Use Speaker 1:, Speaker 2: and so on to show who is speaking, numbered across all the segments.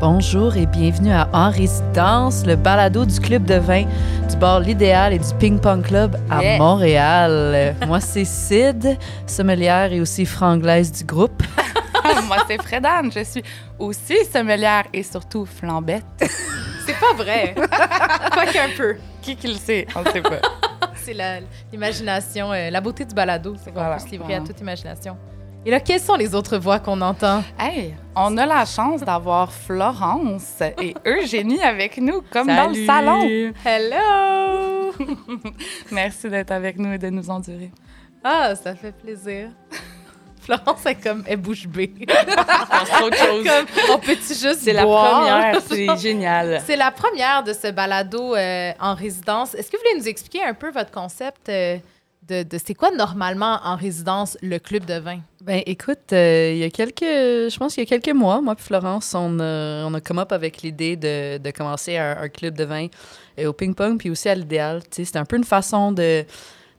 Speaker 1: Bonjour et bienvenue à En Résidence, le balado du club de vin, du bar L'Idéal et du Ping Pong Club à
Speaker 2: Yeah.
Speaker 1: Montréal. Moi, c'est Sid, sommelière et aussi franglaise du groupe.
Speaker 2: Moi, c'est Fredane. Je suis aussi sommelière et surtout flambette.
Speaker 3: C'est pas vrai. Pas qu'un peu.
Speaker 2: Qui qui le sait? On ne sait pas.
Speaker 3: C'est la- l'imagination, euh, la beauté du balado, c'est qu'on
Speaker 2: Voilà.
Speaker 3: peut se livrer à
Speaker 2: Voilà.
Speaker 3: toute imagination. Et là, quelles sont les autres voix qu'on entend?
Speaker 2: Hey, on a la chance d'avoir Florence et Eugénie avec nous, comme dans le salon.
Speaker 3: Hello!
Speaker 2: Merci d'être avec nous et de nous endurer.
Speaker 3: Ah, ça fait plaisir. Florence est comme, elle bouche bée. Comme, on peut-tu juste
Speaker 4: C'est la
Speaker 3: boire?
Speaker 4: première, c'est génial.
Speaker 3: C'est la première de ce balado euh, en résidence. Est-ce que vous voulez nous expliquer un peu votre concept euh, de, de c'est quoi normalement en résidence le club de vin?
Speaker 1: Ben écoute, euh, il y a quelques, je pense qu'il y a quelques mois, moi et Florence, on a, on a come up avec l'idée de, de commencer un, un club de vin euh, au ping-pong, puis aussi à l'idéal. Tu sais, C'était un peu une façon de,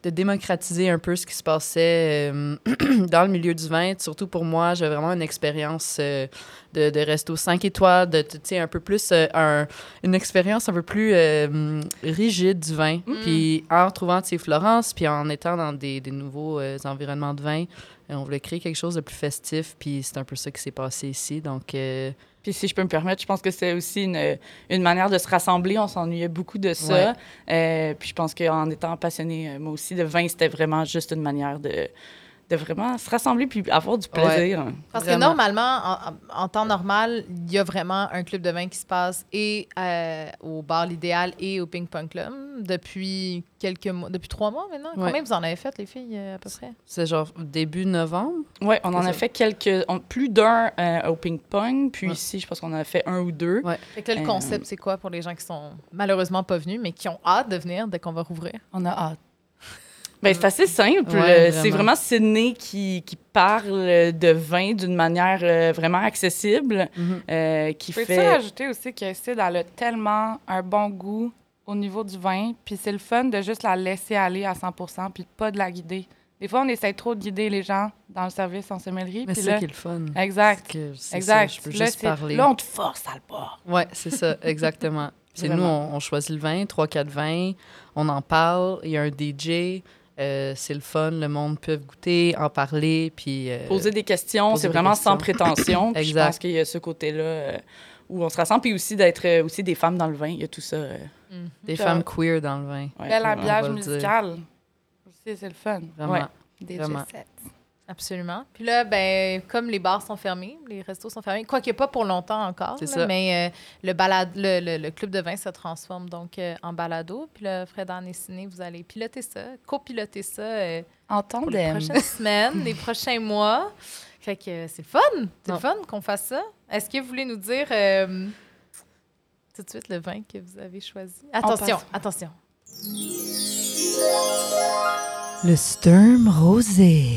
Speaker 1: de démocratiser un peu ce qui se passait euh, dans le milieu du vin. Surtout pour moi, j'avais vraiment une expérience euh, de, de resto 5 étoiles, de tu sais, un peu plus euh, un- une expérience un peu plus euh, hum, rigide du vin. Puis en retrouvant tu sais, Florence, puis en étant dans des, des nouveaux euh, environnements de vin, euh, on voulait créer quelque chose de plus festif, puis c'est un peu ça qui s'est passé ici. Donc, euh,
Speaker 4: Puis si je peux me permettre, je pense que c'est aussi une, une manière de se rassembler. On s'ennuyait beaucoup de ça. Euh, puis je pense qu'en étant passionnée, euh, moi aussi, de vin, c'était vraiment juste une manière de, de vraiment se rassembler puis avoir du plaisir.
Speaker 3: Parce que
Speaker 1: Vraiment.
Speaker 3: normalement, en, en- en temps normal, il y a vraiment un club de vin qui se passe et euh, au bar L'Idéal et au Ping Pong Club depuis quelques mois, depuis trois mois maintenant.
Speaker 1: Ouais.
Speaker 3: Combien vous en avez fait, les filles, euh, à peu près?
Speaker 1: c'est genre début novembre.
Speaker 4: Oui, on en a fait quelques, on- plus d'un euh, au ping-pong. Puis
Speaker 1: Ouais.
Speaker 4: ici, je pense qu'on en a fait un ou deux.
Speaker 1: Ouais.
Speaker 3: Fait que là, le
Speaker 4: Euh,
Speaker 3: concept, c'est quoi pour les gens qui sont malheureusement pas venus, mais qui ont hâte de venir dès qu'on va rouvrir?
Speaker 2: On a hâte.
Speaker 4: Ben, c'est assez simple.
Speaker 1: Mm. Ouais,
Speaker 4: Euh, c'est
Speaker 1: vraiment.
Speaker 4: vraiment Sydney qui, qui parle euh, de vin d'une manière euh, vraiment accessible,
Speaker 1: Mhm.
Speaker 4: euh, qui
Speaker 2: Peux-tu
Speaker 4: fait
Speaker 2: ajouter aussi que Sid, elle a tellement un bon goût au niveau du vin, puis c'est le fun de juste la laisser aller à 100 puis pas de la guider. Des fois, on essaie trop de guider les gens dans le service en sommellerie.
Speaker 1: Mais
Speaker 2: puis
Speaker 1: c'est
Speaker 2: là-
Speaker 1: ça qui est le fun.
Speaker 2: Exact.
Speaker 1: C'est que c'est
Speaker 2: Exact.
Speaker 1: ça, je peux
Speaker 2: là,
Speaker 1: juste
Speaker 2: c'est-
Speaker 1: parler.
Speaker 2: Là, on te force à le boire.
Speaker 1: Ouais, c'est ça, exactement. C'est nous,
Speaker 2: Vraiment.
Speaker 1: on, on choisit le vin, 3-4 vins, on en parle, il y a un DJ, euh, c'est le fun, le monde peut goûter, en parler, puis... euh,
Speaker 4: poser des questions.
Speaker 1: poser
Speaker 4: C'est
Speaker 1: des
Speaker 4: vraiment sans
Speaker 1: questions.
Speaker 4: prétention. Puis je
Speaker 1: Exact.
Speaker 4: pense qu'il y a ce côté-là euh, où on se rassemble. Puis aussi d'être euh, aussi des femmes dans le vin. Il y a tout ça. euh,
Speaker 1: des
Speaker 2: ça.
Speaker 1: femmes queer dans le vin,
Speaker 4: ouais,
Speaker 2: Bel
Speaker 4: vraiment.
Speaker 2: habillage
Speaker 1: le
Speaker 2: musical. Aussi, c'est le fun.
Speaker 1: vraiment.
Speaker 4: Ouais.
Speaker 2: Des
Speaker 1: Vraiment.
Speaker 2: G7.
Speaker 3: Absolument. Puis là, ben, comme les bars sont fermés, les restos sont fermés, quoique pas pour longtemps encore,
Speaker 1: C'est
Speaker 3: là,
Speaker 1: ça.
Speaker 3: mais euh, le, balade, le, le- le club de vin se transforme donc euh, en balado. Puis là, Fred en Ciné, vous allez piloter ça, copiloter ça euh,
Speaker 2: En
Speaker 3: pour les
Speaker 2: tandem.
Speaker 3: prochaines semaines, les prochains mois. Fait que euh, c'est le fun, c'est le
Speaker 1: Non.
Speaker 3: fun qu'on fasse ça. Est-ce que vous voulez nous dire euh, tout de suite le vin que vous avez choisi? Attention, attention.
Speaker 1: Le Sturm Rosé.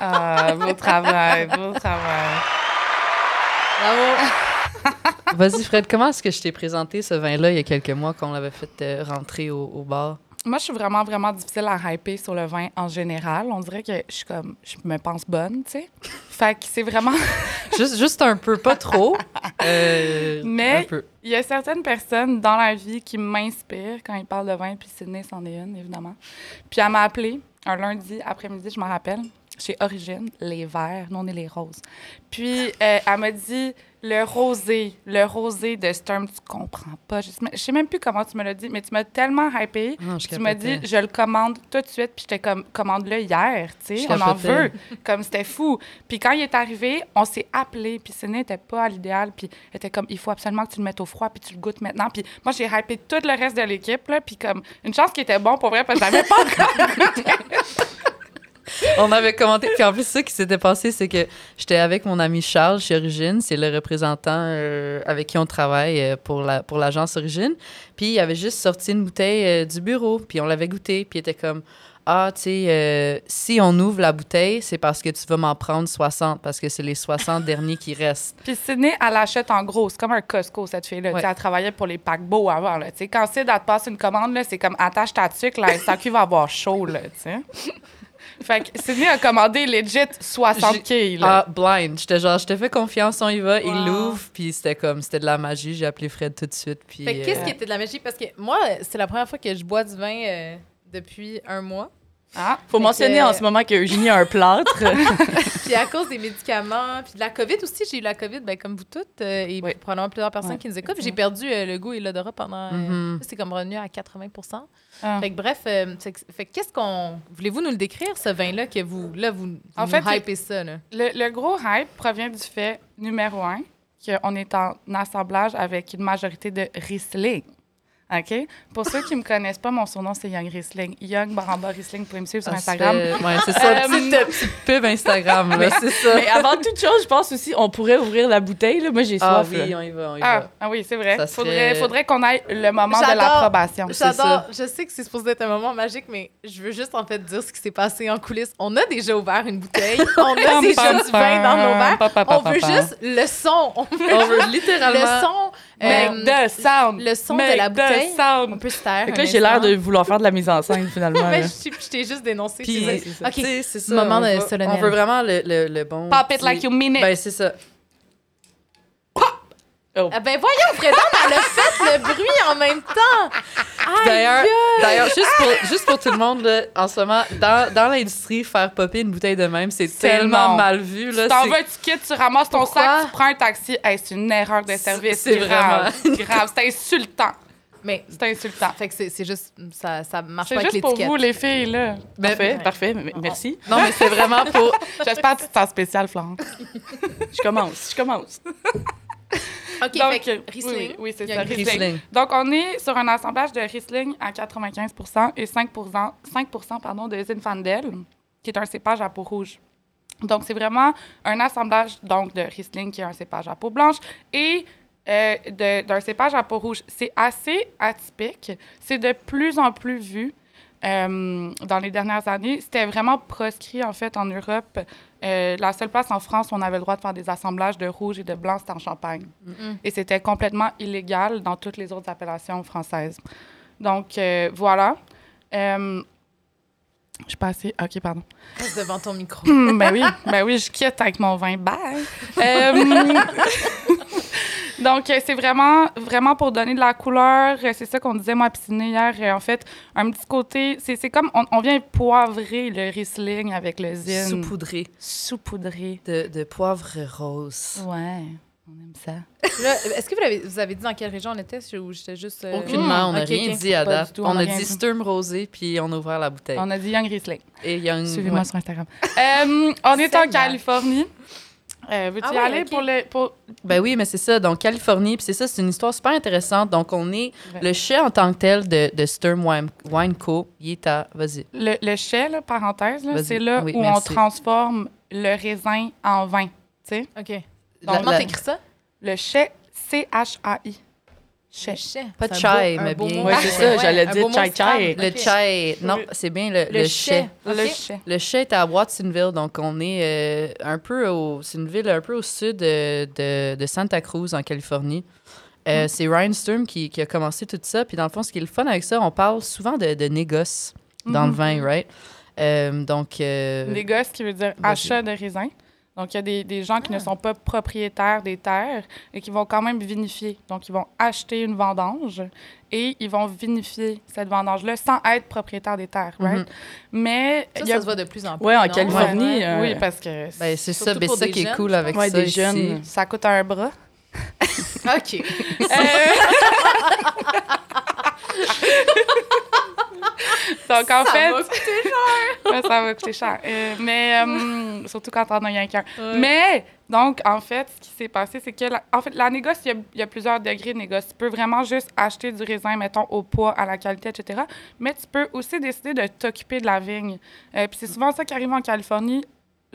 Speaker 2: Ah, beau travail, beau travail.
Speaker 3: Bravo!
Speaker 1: Vas-y Fred, comment est-ce que je t'ai présenté ce vin-là il y a quelques mois quand on l'avait fait euh, rentrer au, au bar?
Speaker 2: Moi, je suis vraiment, vraiment difficile à hyper sur le vin en général. On dirait que je suis comme, je me pense bonne, tu sais. Fait que c'est vraiment.
Speaker 1: Juste, juste un peu, pas trop, euh,
Speaker 2: Mais-
Speaker 1: un peu.
Speaker 2: Il y a certaines personnes dans la vie qui m'inspirent quand ils parlent de vin, puis Sydney c'en est une, évidemment. Puis elle m'a appelé un lundi après-midi, je m'en rappelle, chez Origine, les verts, nous on est les roses. Puis euh, elle m'a dit le rosé, le rosé de Sturm, tu comprends pas. Je sais même- je sais même plus comment tu me l'as dit, mais tu m'as tellement hypé.
Speaker 1: Non, je
Speaker 2: Tu m'as dit,
Speaker 1: capotais.
Speaker 2: je le commande tout de suite, puis je te com- commande-le hier, tu sais,
Speaker 1: Je
Speaker 2: on en
Speaker 1: capotais.
Speaker 2: veut, comme c'était fou. Puis quand il est arrivé, on s'est appelé, puis Séné n'était pas à l'idéal, puis elle était comme, il faut absolument que tu le mettes au froid, puis tu le goûtes maintenant. Puis moi, j'ai hypé tout le reste de l'équipe, là, puis comme, une chance qu'il était bon pour vrai, parce que j'avais pas encore.
Speaker 1: On avait commenté. Puis en plus, ce qui s'était passé, c'est que j'étais avec mon ami Charles chez Origine. C'est le représentant euh, avec qui on travaille euh, pour, la, pour l'agence Origine. Puis il avait juste sorti une bouteille euh, du bureau. Puis on l'avait goûté. Puis il était comme Ah, tu sais, euh, si on ouvre la bouteille, c'est parce que tu vas m'en prendre 60, parce que c'est les 60 derniers qui restent.
Speaker 2: Puis Séné, elle achète en gros, c'est comme un Costco, cette fille-là.
Speaker 1: Ouais.
Speaker 2: Tu sais, Elle travaillait pour les paquebots avant, là, tu sais. Quand Sid, elle te passe une commande, là, c'est comme, attache ta tuque, là, le SAQ va avoir chaud, là, tu sais. Fait que Sydney a commandé legit 60 quilles.
Speaker 1: Ah, blind. J'étais genre, je te fais confiance, on y va. Il
Speaker 2: Wow.
Speaker 1: l'ouvre, puis c'était comme, c'était de la magie. J'ai appelé Fred tout de suite, puis...
Speaker 3: Fait que qu'est-ce
Speaker 1: euh,
Speaker 3: qui était de la magie? Parce que moi, c'est la première fois que je bois du vin euh, depuis un mois.
Speaker 2: Ah,
Speaker 4: Faut
Speaker 3: que-
Speaker 4: mentionner en ce moment qu'Eugénie a un plâtre.
Speaker 3: Puis à cause des médicaments, puis de la COVID aussi, j'ai eu la COVID, ben, comme vous toutes, euh, et
Speaker 4: Oui.
Speaker 3: probablement plusieurs personnes
Speaker 4: Ouais, Mm-hmm.
Speaker 3: qui nous écoutent. J'ai perdu euh, le goût et l'odorat pendant... euh,
Speaker 1: Mhm.
Speaker 3: C'est comme revenu à 80
Speaker 2: Ah.
Speaker 3: Fait que bref, euh, fait que- fait que qu'est-ce qu'on... Voulez-vous nous le décrire, ce vin-là, que vous... Là, vous,
Speaker 2: En
Speaker 3: vous
Speaker 2: fait,
Speaker 3: nous hypez ça, là?
Speaker 2: le, le gros hype provient du fait, numéro un, qu'on est en assemblage avec une majorité de Riesling. OK? Pour ceux qui me connaissent pas, mon surnom, c'est Young Riesling. Young Baramba Riesling, vous pouvez me suivre sur
Speaker 1: ça se
Speaker 2: Instagram.
Speaker 1: fait- Ouais, c'est ça,
Speaker 2: Euh,
Speaker 1: petite, euh, petite pub Instagram, là, c'est ça.
Speaker 4: Mais avant toute chose, je pense aussi, on pourrait ouvrir la bouteille. Là. Moi, j'ai
Speaker 1: Ah
Speaker 4: soif. là.
Speaker 1: oui, on y va, on y
Speaker 2: Ah,
Speaker 1: va.
Speaker 2: ah oui, c'est vrai.
Speaker 1: Ça se
Speaker 2: Faudrait,
Speaker 1: fait-
Speaker 2: faudrait qu'on aille le moment de
Speaker 3: J'adore.
Speaker 2: l'approbation.
Speaker 4: Ah,
Speaker 3: J'adore. Je sais que c'est supposé être un moment magique, mais je veux juste en fait dire ce qui s'est passé en coulisses. On a déjà ouvert une bouteille. on a déjà du vin dans nos verres. On veut juste le son. On veut
Speaker 1: On veut
Speaker 3: le
Speaker 1: littéralement...
Speaker 3: son.
Speaker 2: Make
Speaker 3: euh,
Speaker 2: the sound!
Speaker 3: le son
Speaker 2: Make
Speaker 3: de la
Speaker 2: the
Speaker 3: bouteille. On
Speaker 2: sound!
Speaker 3: peut se taire.
Speaker 4: Fait que
Speaker 3: un
Speaker 4: là, j'ai l'air
Speaker 3: instant.
Speaker 4: de vouloir faire de la mise en scène, finalement.
Speaker 3: Mais
Speaker 4: là.
Speaker 3: je, suis- je t'ai juste dénoncé.
Speaker 1: Puis,
Speaker 3: c'est
Speaker 4: c'est
Speaker 3: ça.
Speaker 4: ça.
Speaker 1: tu
Speaker 3: OK.
Speaker 1: sais, c'est ça.
Speaker 3: Moment
Speaker 1: on
Speaker 3: de
Speaker 1: va-
Speaker 3: solennel.
Speaker 1: On veut vraiment le, le, le bon...
Speaker 2: Pop it
Speaker 1: petit-
Speaker 2: like you mean it!
Speaker 1: Ben, c'est ça.
Speaker 3: Ah ben voyons, Fredon, elle a fait le bruit en même temps. Aïe,
Speaker 1: D'ailleurs, d'ailleurs, juste pour, juste pour tout le monde, là, en ce moment, dans, dans l'industrie, faire popper une bouteille de même, c'est
Speaker 2: C'est
Speaker 1: tellement
Speaker 2: non.
Speaker 1: mal vu. Là,
Speaker 2: tu t'en
Speaker 1: c'est-
Speaker 2: vas, tu quittes, tu ramasses ton
Speaker 1: Pourquoi?
Speaker 2: sac, tu prends un taxi. Hey, c'est une erreur de service.
Speaker 1: C'est
Speaker 2: grave. grave. C'est insultant.
Speaker 3: Mais
Speaker 2: C'est insultant.
Speaker 3: fait que c'est c'est juste ça ça marche pas
Speaker 2: C'est
Speaker 3: avec
Speaker 2: juste pour
Speaker 3: l'étiquette.
Speaker 2: vous, les filles, là.
Speaker 1: Mais-
Speaker 4: Parfait,
Speaker 3: Ouais.
Speaker 4: parfait. m- Merci.
Speaker 1: Non, mais c'est vraiment pour.
Speaker 2: J'espère que tu t'en spécial, Florence.
Speaker 4: Je commence, je commence.
Speaker 3: OK,
Speaker 2: Donc,
Speaker 3: fait que
Speaker 2: oui,
Speaker 3: Riesling.
Speaker 2: oui, oui, c'est
Speaker 3: il y a
Speaker 2: ça,
Speaker 3: une
Speaker 2: Riesling.
Speaker 1: Riesling.
Speaker 2: Donc, on est sur un assemblage de Riesling à 95 et 5 5 pardon, de Zinfandel, qui est un cépage à peau rouge. Donc, c'est vraiment un assemblage donc, de Riesling, qui est un cépage à peau blanche, et euh, de- d'un cépage à peau rouge. C'est assez atypique. C'est de plus en plus vu euh, dans les dernières années. C'était vraiment proscrit, en fait, en Europe. Euh, la seule place en France où on avait le droit de faire des assemblages de rouge et de blanc, c'était en Champagne. Et c'était complètement illégal dans toutes les autres appellations françaises. Donc, euh, voilà. Euh, je suis pas assez... OK, pardon.
Speaker 3: Reste devant ton micro.
Speaker 2: Hmm, ben oui, ben oui, je quitte avec mon vin. Bye. Euh, donc, euh, c'est vraiment, vraiment pour donner de la couleur. Euh, C'est ça qu'on disait, moi, à pisciner hier. Euh, En fait, un petit côté, c'est c'est comme on, on vient poivrer le Riesling avec le zin.
Speaker 1: Saupoudré
Speaker 2: Saupoudrer.
Speaker 1: de, de poivre rose.
Speaker 2: Ouais, on aime ça.
Speaker 3: Là, Est-ce que vous avez, vous avez dit dans quelle région on était je- ou j'étais juste. euh,
Speaker 1: Aucunement, on n'a
Speaker 3: ok,
Speaker 1: rien
Speaker 3: ok.
Speaker 1: dit à
Speaker 2: Pas
Speaker 1: date.
Speaker 2: du tout, on
Speaker 1: on,
Speaker 2: n'a
Speaker 1: a
Speaker 2: rien
Speaker 1: dit
Speaker 2: dit.
Speaker 1: Sturm Rosé, puis on a ouvert la bouteille.
Speaker 2: On a dit Young Riesling.
Speaker 1: Et Young. Mm,
Speaker 2: Suivez-moi
Speaker 1: ouais.
Speaker 2: sur Instagram. Euh, on est en
Speaker 3: Seigneur.
Speaker 2: Californie. Euh, Veux-tu
Speaker 3: Ah
Speaker 2: y
Speaker 3: ouais,
Speaker 2: aller
Speaker 3: ok.
Speaker 2: pour le. Pour...
Speaker 1: Ben oui, mais c'est ça. Donc, Californie, puis c'est ça, c'est une histoire super intéressante. Donc, on est.
Speaker 2: Ouais.
Speaker 1: Le chai en tant que tel de, de Sturm Wine, Wine Co. Il est à. Vas-y.
Speaker 2: Le, le chai, là, parenthèse, là,
Speaker 1: Vas-y. Ah
Speaker 2: c'est là
Speaker 1: Oui,
Speaker 2: où
Speaker 1: merci.
Speaker 2: on transforme le raisin en vin. Tu sais,
Speaker 3: Mm. OK.
Speaker 1: La-
Speaker 3: Comment
Speaker 1: la-
Speaker 3: t'écris ça?
Speaker 2: le chai, C-H-A-I. Chai.
Speaker 1: Pas de
Speaker 3: chai,
Speaker 1: chai, mais bien.
Speaker 4: Ouais, c'est ça, j'allais dire chai, chai.
Speaker 1: Le chai. Non, c'est bien le,
Speaker 3: Le
Speaker 1: le chai.
Speaker 3: chai.
Speaker 2: Le
Speaker 3: Ok.
Speaker 2: chai.
Speaker 1: Le chai est à Watsonville, donc on est euh, un peu au. C'est une ville un peu au sud euh, de, de Santa Cruz, en Californie. Euh, C'est Ryan Sturm qui, qui a commencé tout ça. Puis dans le fond, ce qui est le fun avec ça, on parle souvent de, de négoce dans le vin, right? Euh, donc. euh,
Speaker 2: Des gosses qui veut dire
Speaker 1: Vas-y. Ah.
Speaker 2: achat de raisins. Donc, il y a des, des gens qui ne sont pas propriétaires des terres et qui vont quand même vinifier. Donc, ils vont acheter une vendange et ils vont vinifier cette vendange-là sans être propriétaire des terres,
Speaker 1: Mm-hmm.
Speaker 2: right? Mais
Speaker 3: Ça,
Speaker 2: il y a-
Speaker 3: ça se voit de plus en plus.
Speaker 4: Ouais, en
Speaker 3: non?
Speaker 4: Californie.
Speaker 2: Ouais,
Speaker 4: euh,
Speaker 2: Oui, parce que
Speaker 1: ben, c'est ça,
Speaker 3: surtout
Speaker 1: ben,
Speaker 3: pour
Speaker 1: ça
Speaker 3: des
Speaker 1: qui est
Speaker 3: jeunes,
Speaker 1: cool
Speaker 3: genre.
Speaker 1: avec
Speaker 4: Ouais,
Speaker 1: ça.
Speaker 4: des
Speaker 1: ici.
Speaker 4: jeunes.
Speaker 2: ça coûte un bras.
Speaker 3: OK.
Speaker 2: Euh. Donc, en
Speaker 3: Ça
Speaker 2: fait.
Speaker 3: va
Speaker 2: Ouais, ça va coûter cher. Euh, mais euh, surtout quand on a rien qu'un. Mais donc, en fait, ce qui s'est passé, c'est que la, en fait, la négoce, il y a- il y, a plusieurs degrés de négoce. Tu peux vraiment juste acheter du raisin, mettons, au poids, à la qualité, etc. Mais tu peux aussi décider de t'occuper de la vigne. Euh, Puis c'est souvent ça qui arrive en Californie.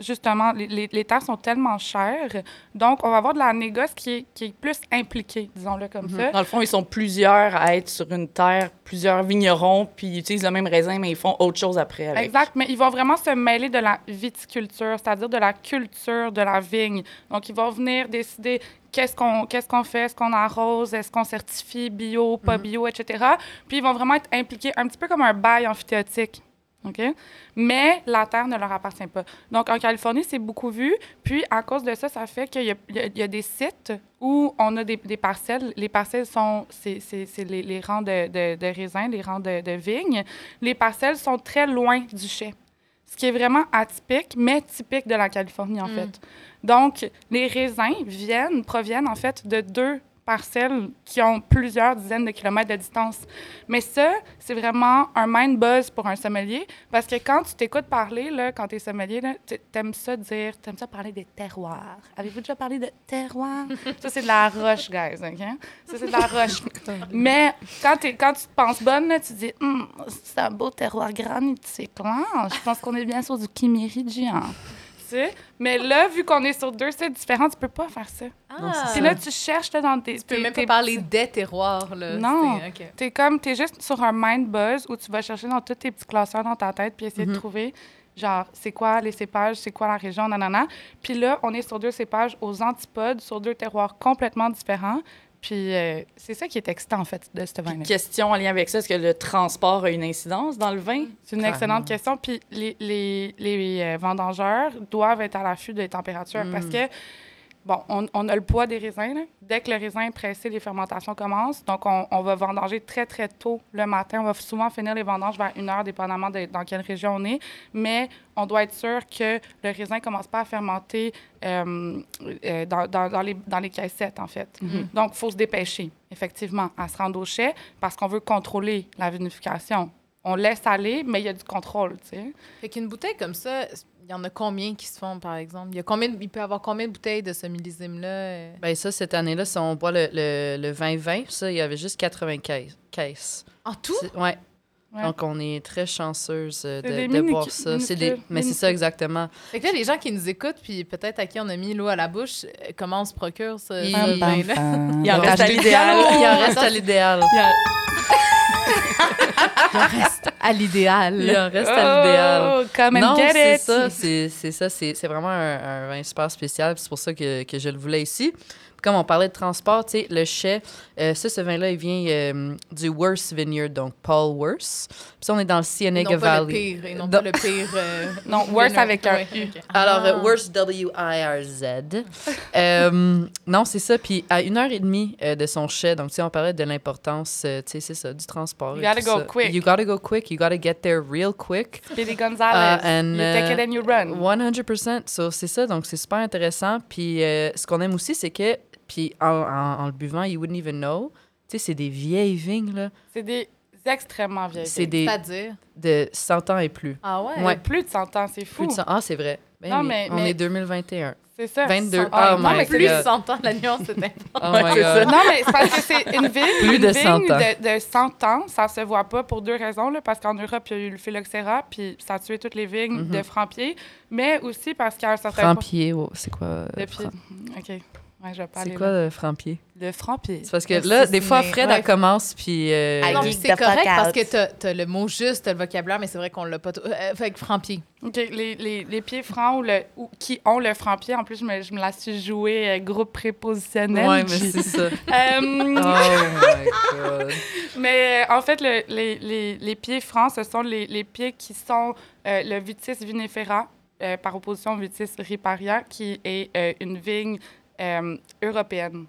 Speaker 2: Justement, les, les, les terres sont tellement chères. Donc, on va avoir de la négoce qui est, qui est plus impliquée, disons-le comme ça.
Speaker 4: Dans le fond, ils sont plusieurs à être sur une terre, plusieurs vignerons, puis ils utilisent le même raisin, mais ils font autre chose après avec.
Speaker 2: Exact, mais ils vont vraiment se mêler de la viticulture, c'est-à-dire de la culture de la vigne. Donc, ils vont venir décider qu'est-ce qu'on qu'est-ce qu'on fait, est-ce qu'on arrose, est-ce qu'on certifie bio, pas bio, etc. Puis, ils vont vraiment être impliqués un petit peu comme un bail amphithéotique. OK? Mais la terre ne leur appartient pas. Donc, en Californie, c'est beaucoup vu. Puis, à cause de ça, ça fait qu'il y, a- il y a- il y a des sites où on a des, des parcelles. Les parcelles sont c'est, c'est- c'est les, les rangs de, de, de raisins, les rangs de, de vignes. Les parcelles sont très loin du chai. Ce qui est vraiment atypique, mais typique de la Californie, en
Speaker 3: Mm.
Speaker 2: fait. Donc, les raisins viennent, proviennent, en fait, de deux parcelles qui ont plusieurs dizaines de kilomètres de distance. Mais ça, c'est vraiment un mind buzz pour un sommelier parce que quand tu t'écoutes parler, là, quand tu es sommelier, là, tu- t'aimes ça dire, t'aimes ça parler des terroirs. Avez-vous déjà parlé de terroirs? ça, c'est de la roche, guys. OK? Ça, c'est de la roche. Mais quand, t'es- quand tu te penses bonne, là, tu dis, Hmm, c'est un beau terroir granitique. hein? Je pense qu'on est bien sûr du Kimérigien. Tu sais? Mais là, vu qu'on est sur deux sites différents, tu peux pas faire ça.
Speaker 1: Non, c'est
Speaker 3: Ah.
Speaker 2: C'est là, tu cherches là, dans tes.
Speaker 3: Tu peux
Speaker 2: tes-
Speaker 3: même pas
Speaker 2: tes
Speaker 3: parler des terroirs, là.
Speaker 2: Non.
Speaker 3: C'est- ok.
Speaker 2: T'es comme, t'es juste sur un mind buzz où tu vas chercher dans tous tes petits classeurs dans ta tête puis essayer de trouver, genre, c'est quoi les cépages, c'est quoi la région, nanana. Puis là, on est sur deux cépages aux antipodes, sur deux terroirs complètement différents. Puis euh, c'est ça qui est excitant, en fait, de ce vin-là.
Speaker 4: Question en lien avec ça, est-ce que le transport a une incidence dans le vin?
Speaker 2: C'est une excellente question. Puis les, les, les, euh, vendangeurs doivent être à l'affût des températures parce que, bon, on, on a le poids des raisins. là. Dès que le raisin est pressé, les fermentations commencent. Donc, on, on va vendanger très, très tôt le matin. On va souvent finir les vendanges vers une heure, dépendamment de dans quelle région on est. Mais on doit être sûr que le raisin ne commence pas à fermenter euh, euh, dans, dans- dans les, dans les caissettes, en fait. Donc, il faut se dépêcher, effectivement, à se rendre au chai parce qu'on veut contrôler la vinification on laisse aller, mais il y a du contrôle, tu sais.
Speaker 3: Fait qu'une bouteille comme ça, il y en a combien qui se font, par exemple? Il, y a combien de- il peut y avoir combien de bouteilles de ce millésime-là? euh?
Speaker 1: Ben ça, cette année-là, si on boit le, le, le 2020, ça, il y avait juste 95 caisses.
Speaker 3: En tout?
Speaker 1: C'est- Ouais.
Speaker 2: Ouais.
Speaker 1: Donc, on est très chanceuse euh,
Speaker 2: C'est des
Speaker 1: de, de boire
Speaker 2: mini-
Speaker 1: ça. C'est des,
Speaker 2: minuscules,
Speaker 1: mais c'est ça, exactement.
Speaker 3: Fait que là, les gens qui nous écoutent, puis peut-être à qui on a mis l'eau à la bouche, euh, comment on se procure ce,
Speaker 1: Il- Bam,
Speaker 3: ce
Speaker 1: bam,
Speaker 3: vin-là?
Speaker 4: Il en
Speaker 1: Bon,
Speaker 4: reste à
Speaker 1: je l'ai
Speaker 4: l'idéal.
Speaker 1: Il en reste à l'idéal.
Speaker 3: À l'idéal.
Speaker 1: Il en reste à l'idéal.
Speaker 2: Oh, come and
Speaker 1: Non,
Speaker 2: get
Speaker 1: c'est
Speaker 2: it!
Speaker 1: ça. C'est c'est ça. C'est c'est vraiment un, un vin super spécial. puis C'est pour ça que, que je le voulais ici. Puis Comme on parlait de transport, tu sais, le chai, euh, ça, ce vin-là, il vient euh, du Worth Vineyard, donc Paul Worth. Puis ça, on est dans le
Speaker 3: Et
Speaker 1: Cienega
Speaker 3: non pas le
Speaker 1: Valley.
Speaker 3: pire. Et non
Speaker 1: Non.
Speaker 3: pas le pire. euh,
Speaker 2: Non, worse
Speaker 3: winner.
Speaker 2: avec un
Speaker 3: Ouais,
Speaker 2: U.
Speaker 3: ok.
Speaker 1: Alors,
Speaker 3: Ah.
Speaker 1: euh, Worst W-I-R-Z. Euh, non, c'est ça. Puis à une heure et demie euh, de son chai, donc, tu sais, on parlait de l'importance, euh, tu sais, c'est ça, du transport.
Speaker 2: You
Speaker 1: et
Speaker 2: gotta
Speaker 1: tout
Speaker 2: go
Speaker 1: ça.
Speaker 2: quick.
Speaker 1: You gotta go quick. You gotta get there real quick.
Speaker 2: Billy
Speaker 1: Uh,
Speaker 2: Gonzalez,
Speaker 1: and,
Speaker 2: you take it
Speaker 1: uh,
Speaker 2: and you run.
Speaker 1: 100%. So, c'est ça, donc c'est super intéressant. Puis euh, ce qu'on aime aussi, c'est que, puis en, en- en le buvant, you wouldn't even know. Tu sais, c'est des vieilles vignes, là.
Speaker 2: C'est des extrêmement vieilles.
Speaker 1: C'est
Speaker 2: vignes.
Speaker 1: des
Speaker 3: C'est-à-dire.
Speaker 1: de 100 ans et plus.
Speaker 3: Ah ouais?
Speaker 1: Ouais.
Speaker 2: Plus de 100 ans, c'est fou.
Speaker 1: Plus de 100 Ah, c'est vrai. Ben
Speaker 2: Non,
Speaker 1: oui,
Speaker 2: mais-
Speaker 1: on
Speaker 2: mais-
Speaker 1: est 2021.
Speaker 2: C'est ça.
Speaker 1: 22.
Speaker 2: 100 ans.
Speaker 1: Oh
Speaker 2: non,
Speaker 1: my
Speaker 2: mais
Speaker 1: God.
Speaker 2: plus,
Speaker 3: Ah, Plus 100 ans, la nuance est importante.
Speaker 1: Oh
Speaker 4: Ouais,
Speaker 1: my
Speaker 4: c'est
Speaker 1: God.
Speaker 2: Non, mais c'est parce que c'est une vigne,
Speaker 1: Plus
Speaker 2: une
Speaker 1: de
Speaker 2: vigne
Speaker 1: 100 ans.
Speaker 2: De, de 100 ans, ça se voit pas pour deux raisons. Là, parce qu'en Europe, il y a eu le phylloxéra, puis ça a tué toutes les vignes
Speaker 1: Mm-hmm.
Speaker 2: de Franpier, mais aussi parce qu'à un certain point...
Speaker 1: Frampier, oh, c'est quoi? euh,
Speaker 2: de pied.
Speaker 1: Fran-
Speaker 2: OK. Ouais, je vais pas
Speaker 1: C'est
Speaker 2: aller
Speaker 1: quoi
Speaker 2: là.
Speaker 1: le Frampier?
Speaker 2: Le Franpier.
Speaker 1: C'est parce que
Speaker 2: Merci,
Speaker 1: là, des fois,
Speaker 2: Sydney.
Speaker 1: Fred,
Speaker 2: Ouais. Ah,
Speaker 1: elle commence, puis... euh, puis-
Speaker 3: Non, puis
Speaker 5: geek
Speaker 3: c'est
Speaker 5: the fuck
Speaker 3: correct parce
Speaker 5: out.
Speaker 3: que t'as- t'as le mot juste, t'as le vocabulaire, mais c'est vrai qu'on l'a pas. tout- euh, fait que Franpier.
Speaker 2: OK, les, les, les pieds francs ou le, ou qui ont le franc-pied, en plus, je me, je me la suis jouée euh, groupe prépositionnel.
Speaker 1: Ouais, mais c'est ça.
Speaker 2: Euh,
Speaker 1: Oh my God.
Speaker 2: Mais euh, en fait, le- les, les- les pieds francs, ce sont les, les pieds qui sont euh, le Vitis vinifera, euh, par opposition au Vitis riparia, qui est euh, une vigne euh, européenne.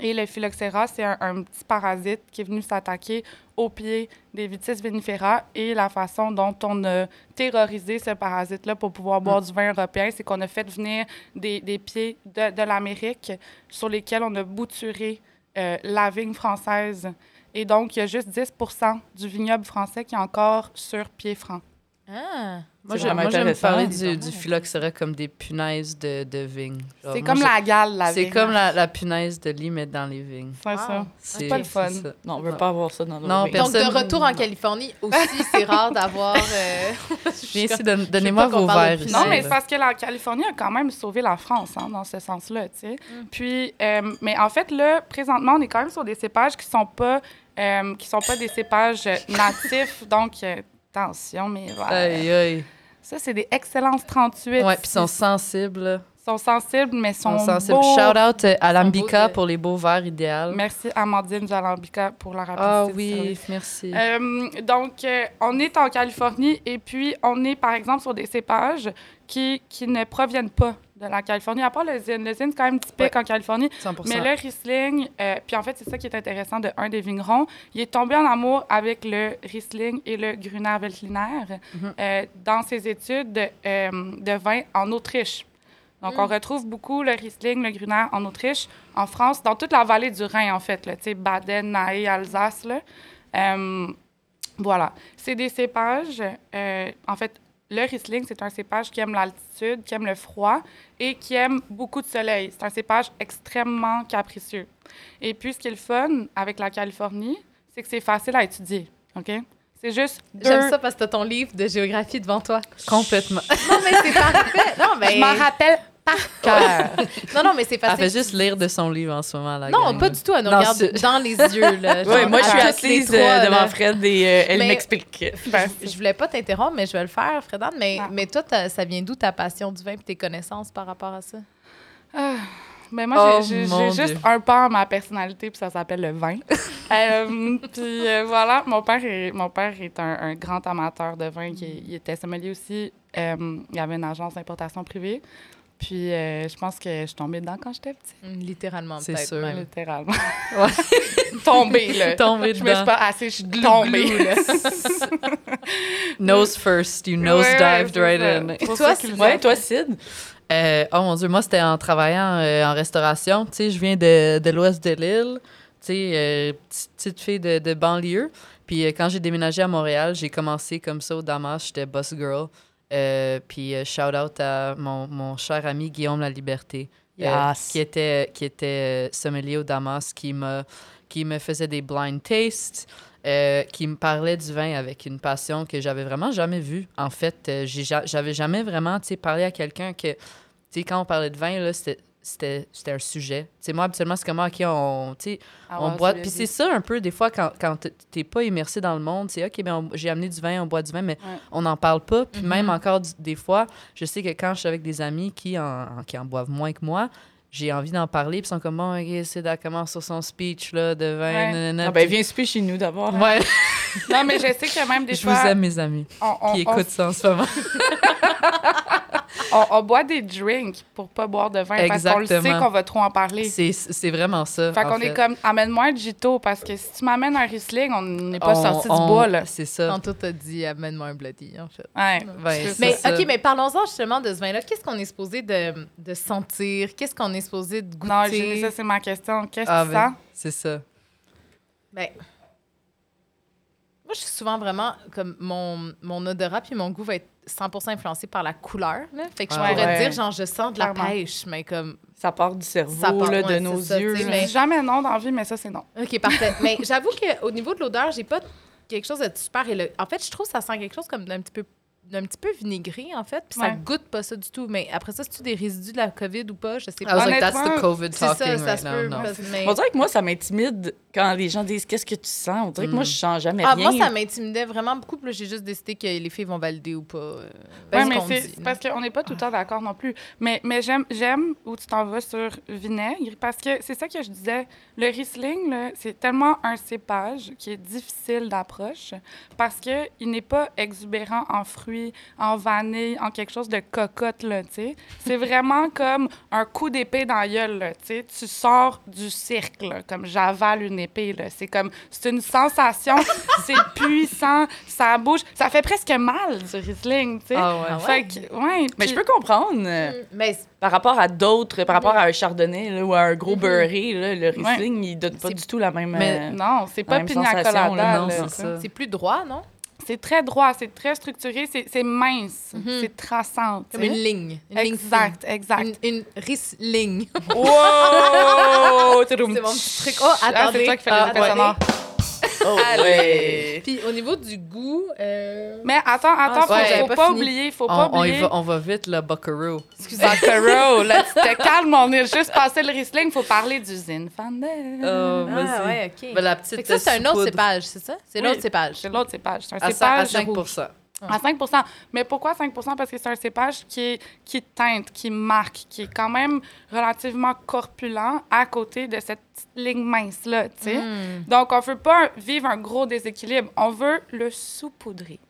Speaker 2: Et le phylloxéra, c'est un, un petit parasite qui est venu s'attaquer aux pieds des Vitis vinifera. Et la façon dont on a terrorisé ce parasite-là pour pouvoir boire du vin européen, c'est qu'on a fait venir des, des pieds de, de l'Amérique sur lesquels on a bouturé euh, la vigne française. Et donc, il y a juste 10 du vignoble français qui est encore sur pied franc.
Speaker 3: Ah.
Speaker 1: Moi,
Speaker 4: C'est
Speaker 1: j'aime
Speaker 4: vraiment
Speaker 1: moi, j'aime
Speaker 4: intéressant.
Speaker 1: parler du, du phylloxéra comme des punaises de, de vignes. Genre,
Speaker 2: C'est
Speaker 1: moi,
Speaker 2: comme
Speaker 1: je-
Speaker 2: la gale, la
Speaker 1: Ah, C'est
Speaker 2: vigne.
Speaker 1: comme la, la punaise de lit, mais dans les vignes.
Speaker 2: C'est ça.
Speaker 3: Wow.
Speaker 2: pas le fun.
Speaker 1: ça.
Speaker 4: Non, on veut pas avoir ça dans nos
Speaker 1: Non,
Speaker 4: vins.
Speaker 1: personne-
Speaker 3: Donc, de retour en Californie aussi, c'est rare d'avoir. euh,
Speaker 1: Viens ici, donne- donnez-moi
Speaker 3: qu'on
Speaker 1: vos
Speaker 3: parle de
Speaker 1: verres.
Speaker 3: punaises.
Speaker 1: ici,
Speaker 2: Non, mais
Speaker 1: là.
Speaker 2: c'est parce que la Californie a quand même sauvé la France, hein, dans ce sens-là, tu sais.
Speaker 1: Mm.
Speaker 2: Puis, euh, mais en fait, là, présentement, on est quand même sur des cépages qui sont pas, euh, qui sont pas des cépages euh, natifs. donc, euh, attention, mais voilà.
Speaker 1: Aïe, aïe.
Speaker 2: Ça, c'est des excellences 38.
Speaker 1: Ouais, puis ils sont sensibles. là.
Speaker 2: Ils sont sensibles, mais sont,
Speaker 1: Sont sensibles.
Speaker 2: beaux.
Speaker 1: Shout out euh, à l'Ambica
Speaker 3: de-
Speaker 1: pour les beaux verres idéaux.
Speaker 2: Merci Amandine Jalambica pour la rapidité
Speaker 1: Ah
Speaker 2: de service.
Speaker 1: oui, merci.
Speaker 2: Euh, donc, euh, on est en Californie et puis on est, par exemple, sur des cépages qui, qui ne proviennent pas de la Californie, à part le zine. Le zine, c'est quand même typique
Speaker 1: Ouais.
Speaker 2: en Californie.
Speaker 1: 100%.
Speaker 2: Mais le Riesling, euh, puis en fait, c'est ça qui est intéressant de un des vignerons. Il est tombé en amour avec le Riesling et le Gruner Veltliner
Speaker 1: Mhm.
Speaker 2: euh, dans ses études de, euh, de vin en Autriche. Donc, on retrouve beaucoup le Riesling, le Gruner en Autriche, en France, dans toute la vallée du Rhin, en fait, là, tu sais, Baden, Nahe, Alsace. là. Euh, voilà. C'est des cépages. euh, en fait, le Riesling, c'est un cépage qui aime l'altitude, qui aime le froid et qui aime beaucoup de soleil. C'est un cépage extrêmement capricieux. Et puis, ce qui est le fun avec la Californie, c'est que c'est facile à étudier. OK? C'est juste
Speaker 3: J'aime
Speaker 2: deux...
Speaker 3: ça parce que t'as ton livre de géographie devant toi.
Speaker 1: Complètement.
Speaker 3: Non, mais c'est parfait. Non, mais,
Speaker 2: Je m'en rappelle par cœur.
Speaker 3: non, non, mais c'est
Speaker 1: Elle
Speaker 3: facile.
Speaker 1: fait Ah, juste lire de son livre en ce moment. La
Speaker 3: Non,
Speaker 1: gang.
Speaker 3: pas du tout. Elle nous
Speaker 1: Non,
Speaker 3: regarde
Speaker 1: c'est-
Speaker 3: dans les yeux. Là,
Speaker 4: Ouais,
Speaker 3: Genre,
Speaker 4: moi, je suis
Speaker 3: à toutes les
Speaker 4: assise
Speaker 3: trois,
Speaker 4: euh,
Speaker 3: là.
Speaker 4: devant Fred et euh, elle
Speaker 3: Mais-
Speaker 4: m'explique.
Speaker 2: Ben,
Speaker 3: Je voulais pas t'interrompre, mais je vais le faire, Fredane. Mais,
Speaker 2: Ah.
Speaker 3: mais toi, t'as- ça vient d'où ta passion du vin et tes connaissances par rapport à ça?
Speaker 2: Mais moi,
Speaker 1: Oh,
Speaker 2: j'ai- j'ai
Speaker 1: mon
Speaker 2: j'ai juste
Speaker 1: Dieu.
Speaker 2: un pan à ma personnalité, puis ça s'appelle le vin. Euh, puis euh, voilà, mon père est, mon père est un, un grand amateur de vin. Qui,
Speaker 1: Mm.
Speaker 2: est- il était sommelier aussi. Euh, il avait une agence d'importation privée. Puis euh, je pense que je suis tombée dedans quand j'étais petite,
Speaker 3: Hum, Littéralement,
Speaker 1: C'est
Speaker 3: peut-être.
Speaker 1: sûr.
Speaker 3: même.
Speaker 2: littéralement. tombée, là.
Speaker 1: Tombée
Speaker 2: Je me suis
Speaker 1: dedans.
Speaker 2: pas assise, je suis tombée. là.
Speaker 1: Nose first, you nose
Speaker 2: Ouais,
Speaker 1: dived
Speaker 2: c'est
Speaker 1: right
Speaker 2: ça.
Speaker 1: in.
Speaker 3: Toi,
Speaker 2: Pour ça
Speaker 3: c'est-
Speaker 2: qu'il
Speaker 4: Ouais, toi, Sid?
Speaker 1: Euh, oh mon Dieu, moi, c'était en travaillant euh, en restauration. Tu sais, je viens de, de l'ouest de l'île. Tu sais, euh, petite- petite fille de, de banlieue. Puis euh, quand j'ai déménagé à Montréal, j'ai commencé comme ça au Damas. J'étais boss girl. Euh, puis euh, shout out à mon, mon cher ami Guillaume La Liberté, euh,
Speaker 4: Yes.
Speaker 1: qui était, qui était euh, sommelier au Damas, qui me, qui me faisait des blind tastes. euh, qui me parlait du vin avec une passion que j'avais vraiment jamais vue. En fait, euh, j'ai ja- j'avais jamais vraiment tu sais, parlé à quelqu'un que tu sais, quand on parlait de vin, là, c'était, c'était, c'était un sujet. Tu sais, moi, habituellement, c'est comment, OK, on, tu sais,
Speaker 2: Ah
Speaker 1: on
Speaker 2: ouais,
Speaker 1: boit.
Speaker 2: tu
Speaker 1: Puis
Speaker 2: l'as
Speaker 1: c'est
Speaker 2: dit.
Speaker 1: ça, un peu, des fois, quand, quand t- t'es pas immersé dans le monde, c'est OK, ben, on- j'ai amené du vin, on boit du vin, mais
Speaker 2: Ouais. Mm-hmm.
Speaker 1: on n'en parle pas. Puis même encore, du- des fois, je sais que quand je suis avec des amis qui en, en- qui en boivent moins que moi, j'ai envie d'en parler, puis ils sont comme, bon, OK, c'est d'accord, commence sur son speech, là, de vin,
Speaker 2: Ouais.
Speaker 1: nanana.
Speaker 4: Ah, ben,
Speaker 1: Puis-
Speaker 4: viens souper chez nous d'abord.
Speaker 1: Ouais,
Speaker 2: Non, mais je sais que même des
Speaker 1: je
Speaker 2: fois,
Speaker 1: vous aime, mes amis,
Speaker 2: on, on-
Speaker 1: qui
Speaker 2: on-
Speaker 1: écoutent ça en ce moment.
Speaker 2: on- on boit des drinks pour pas boire de vin parce qu'on le sait
Speaker 1: Exactement.
Speaker 2: qu'on va trop en parler.
Speaker 1: C'est, c'est vraiment ça.
Speaker 2: Fait
Speaker 1: en
Speaker 2: qu'on est comme, amène-moi un Gito, parce que si tu m'amènes un Riesling, on n'est pas
Speaker 1: On-
Speaker 2: sorti du
Speaker 1: on-
Speaker 2: bois, là.
Speaker 1: C'est ça.
Speaker 3: Tantôt, t'as dit, euh, amène-moi un bloody, en fait.
Speaker 2: Ouais,
Speaker 1: Ouais,
Speaker 2: c'est
Speaker 1: c'est
Speaker 3: Mais
Speaker 1: ça.
Speaker 3: OK, mais parlons-en justement de ce vin-là. Qu'est-ce qu'on est supposé de, de sentir? Qu'est-ce qu'on est supposé de
Speaker 2: Non, Eugénie,
Speaker 3: goûter?
Speaker 2: ça, c'est ma question. Qu'est-ce que
Speaker 1: Ah,
Speaker 2: tu
Speaker 1: ben,
Speaker 2: sens?
Speaker 1: c'est ça.
Speaker 3: Ben, moi, je suis souvent vraiment comme mon, mon odorat puis mon goût va être 100% influencé par la couleur. là. Fait que je
Speaker 1: Ouais.
Speaker 3: pourrais te
Speaker 4: Ouais.
Speaker 3: dire, genre, je sens de la
Speaker 2: Clairement.
Speaker 3: pêche, mais comme.
Speaker 4: Ça part du cerveau,
Speaker 3: Ça part,
Speaker 4: là,
Speaker 3: ouais,
Speaker 4: de nos
Speaker 3: c'est ça,
Speaker 4: yeux.
Speaker 3: tu sais,
Speaker 4: là.
Speaker 3: mais-
Speaker 2: Je dis jamais non dans la vie, mais ça, c'est non.
Speaker 3: OK, parfait. mais j'avoue qu'au niveau de l'odeur, j'ai pas quelque chose de super. élo- En fait, je trouve que ça sent quelque chose comme d'un petit peu d'un petit peu vinaigré, en fait, puis ça
Speaker 2: Ouais.
Speaker 3: goûte pas ça du tout. Mais après ça, c'est-tu des résidus de la COVID ou pas? Je sais
Speaker 1: I
Speaker 3: pas.
Speaker 1: was like, that's the
Speaker 2: Honnêtement,
Speaker 1: COVID
Speaker 3: C'est ça,
Speaker 1: talking
Speaker 3: ça
Speaker 1: right
Speaker 3: se
Speaker 1: now.
Speaker 3: peut.
Speaker 1: Non.
Speaker 3: parce- mais-
Speaker 4: On dirait que moi, ça m'intimide quand les gens disent Qu'est-ce que tu sens On dirait que moi, je sens jamais
Speaker 3: Ah,
Speaker 4: rien.
Speaker 3: moi, ça m'intimidait vraiment beaucoup. puis là, J'ai juste décidé que les filles vont valider ou pas. euh,
Speaker 2: Ouais,
Speaker 3: ce
Speaker 2: mais
Speaker 3: qu'on
Speaker 2: c'est
Speaker 3: dit,
Speaker 2: c'est
Speaker 3: là.
Speaker 2: parce qu'on n'est pas tout le temps d'accord non plus. Mais, mais j'aime j'aime où tu t'en vas sur vinaigre parce que c'est ça que je disais. Le Riesling, là, c'est tellement un cépage qui est difficile d'approche parce qu'il n'est pas exubérant en fruits, en vanille, en quelque chose de cocotte, là, tu sais. C'est vraiment comme un coup d'épée dans la gueule, là, tu sais. Tu sors du cirque, là, comme j'avale une épée, là. C'est comme, c'est une sensation, c'est puissant, ça bouge. Ça fait presque mal, du Riesling, tu sais.
Speaker 1: Ah ouais.
Speaker 3: Ah ouais?
Speaker 2: Fait que, ouais.
Speaker 4: Mais
Speaker 2: puis-
Speaker 4: je peux comprendre euh,
Speaker 3: Mais c'est-
Speaker 4: par rapport à d'autres, par rapport à un chardonnay là, ou à un gros beurré, là, le
Speaker 2: Ouais.
Speaker 4: Riesling, il donne pas
Speaker 3: C'est-
Speaker 4: du tout la même.
Speaker 1: Mais-
Speaker 4: euh,
Speaker 2: Non, c'est
Speaker 4: La
Speaker 2: pas
Speaker 4: même
Speaker 2: pina
Speaker 4: sensation,
Speaker 2: colada.
Speaker 4: là,
Speaker 1: non,
Speaker 2: là,
Speaker 1: c'est
Speaker 2: ça.
Speaker 1: ça.
Speaker 3: c'est plus droit, non?
Speaker 2: C'est très droit, c'est très structuré, c'est c'est mince, c'est traçant. tu
Speaker 3: Comme une
Speaker 2: sais.
Speaker 3: ligne. Une ligne
Speaker 2: Exact, exact.
Speaker 3: fine. Une, une ris- ligne.
Speaker 4: Wow!
Speaker 3: c'est mon petit truc. Oh,
Speaker 2: Ah,
Speaker 3: attendez.
Speaker 2: c'est toi qui fais les effets
Speaker 3: attendez.
Speaker 2: sonores.
Speaker 4: Oh, ouais.
Speaker 3: Puis au niveau du goût, euh,
Speaker 2: Mais attends, attends, faut,
Speaker 1: Ah, ouais,
Speaker 2: faut
Speaker 1: j'avais
Speaker 2: pas,
Speaker 3: pas fini.
Speaker 2: oublier, faut pas
Speaker 1: On, on y
Speaker 2: oublier.
Speaker 1: va, on va vite, là, Buckaroo.
Speaker 2: Buckaroo, là, tu te calmes, on est juste passé le Riesling, faut parler du Zinfandel.
Speaker 1: Oh,
Speaker 3: ah,
Speaker 1: vas-y.
Speaker 3: ouais, OK.
Speaker 1: Ben, la petite
Speaker 3: Fait que ça, c'est un autre
Speaker 1: saupoudre
Speaker 3: cépage, c'est ça? C'est
Speaker 2: Oui.
Speaker 3: l'autre cépage.
Speaker 2: C'est l'autre cépage, c'est un
Speaker 1: À, cin- à
Speaker 2: cépage
Speaker 1: 5
Speaker 2: rouge. À 5 Mais pourquoi 5 Parce que c'est un cépage qui, est- qui teinte, qui marque, qui est quand même relativement corpulent à côté de cette petite ligne mince-là, tu sais.
Speaker 1: Mm.
Speaker 3: Hmm.
Speaker 2: Donc, on veut pas vivre un gros déséquilibre. On veut le saupoudrer.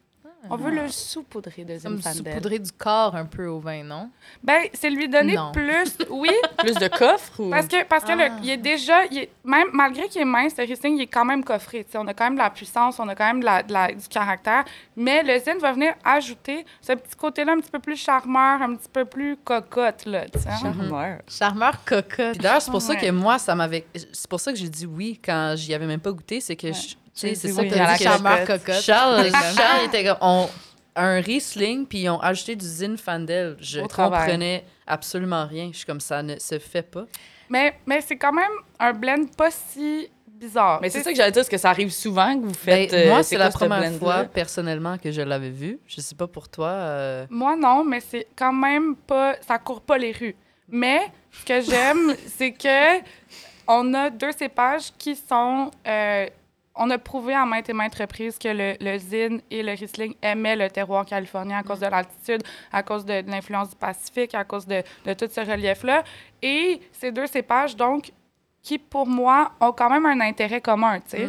Speaker 2: On veut
Speaker 1: Ah.
Speaker 2: le saupoudrer de
Speaker 3: Comme
Speaker 2: Zinfandel.
Speaker 3: saupoudrer du corps un peu au vin, non?
Speaker 2: Ben, c'est lui donner
Speaker 3: Non.
Speaker 2: plus, oui,
Speaker 4: Plus de coffre ou.
Speaker 2: parce que, parce que le- il est déjà, il est- même, malgré qu'il est mince, le Riesling, il est quand même coffré. tu sais. on a quand même de la puissance, on a quand même de la- de la- du caractère. Mais le Zin va venir ajouter ce petit côté-là un petit peu plus charmeur, un petit peu plus cocotte. Là, tu sais. hein.
Speaker 4: Charmeur.
Speaker 3: Charmeur cocotte.
Speaker 1: Puis d'ailleurs, c'est pour ça
Speaker 2: Ouais.
Speaker 1: que moi, ça m'avait. C'est pour ça que j'ai dit oui quand j'y avais même pas goûté. C'est que. je- Tu sais, c'est
Speaker 2: dit
Speaker 1: ça
Speaker 2: oui
Speaker 1: que
Speaker 2: à
Speaker 1: t'as
Speaker 2: la
Speaker 1: dit que
Speaker 3: Charmeur
Speaker 2: cocotte.
Speaker 3: cocotte.
Speaker 1: Charles, Charles était comme. on- un Riesling, puis ils ont ajouté du Zinfandel. Je
Speaker 2: Au travail.
Speaker 1: comprenais absolument rien. Je suis comme ça ne se fait pas.
Speaker 2: Mais, mais c'est quand même un blend pas si bizarre.
Speaker 4: Mais c'est
Speaker 2: Tu
Speaker 4: ça
Speaker 2: sais,
Speaker 4: que j'allais dire, parce que ça arrive souvent que vous
Speaker 1: Ben,
Speaker 4: faites. euh,
Speaker 1: moi, c'est
Speaker 4: quoi
Speaker 1: la
Speaker 4: ce
Speaker 1: première
Speaker 4: blend-là?
Speaker 1: fois personnellement que je l'avais vu. Je sais pas pour toi. euh,
Speaker 2: Moi, non, mais c'est quand même pas. Ça court pas les rues. Mais ce que j'aime, c'est que on a deux cépages qui sont. euh, on a prouvé à maintes et maintes reprises que le, le Zin et le Riesling aimaient le terroir californien à cause de l'altitude, à cause de, de l'influence du Pacifique, à cause de, de tout ce relief-là. Et ces deux cépages, donc, qui pour moi ont quand même un intérêt commun, tu sais.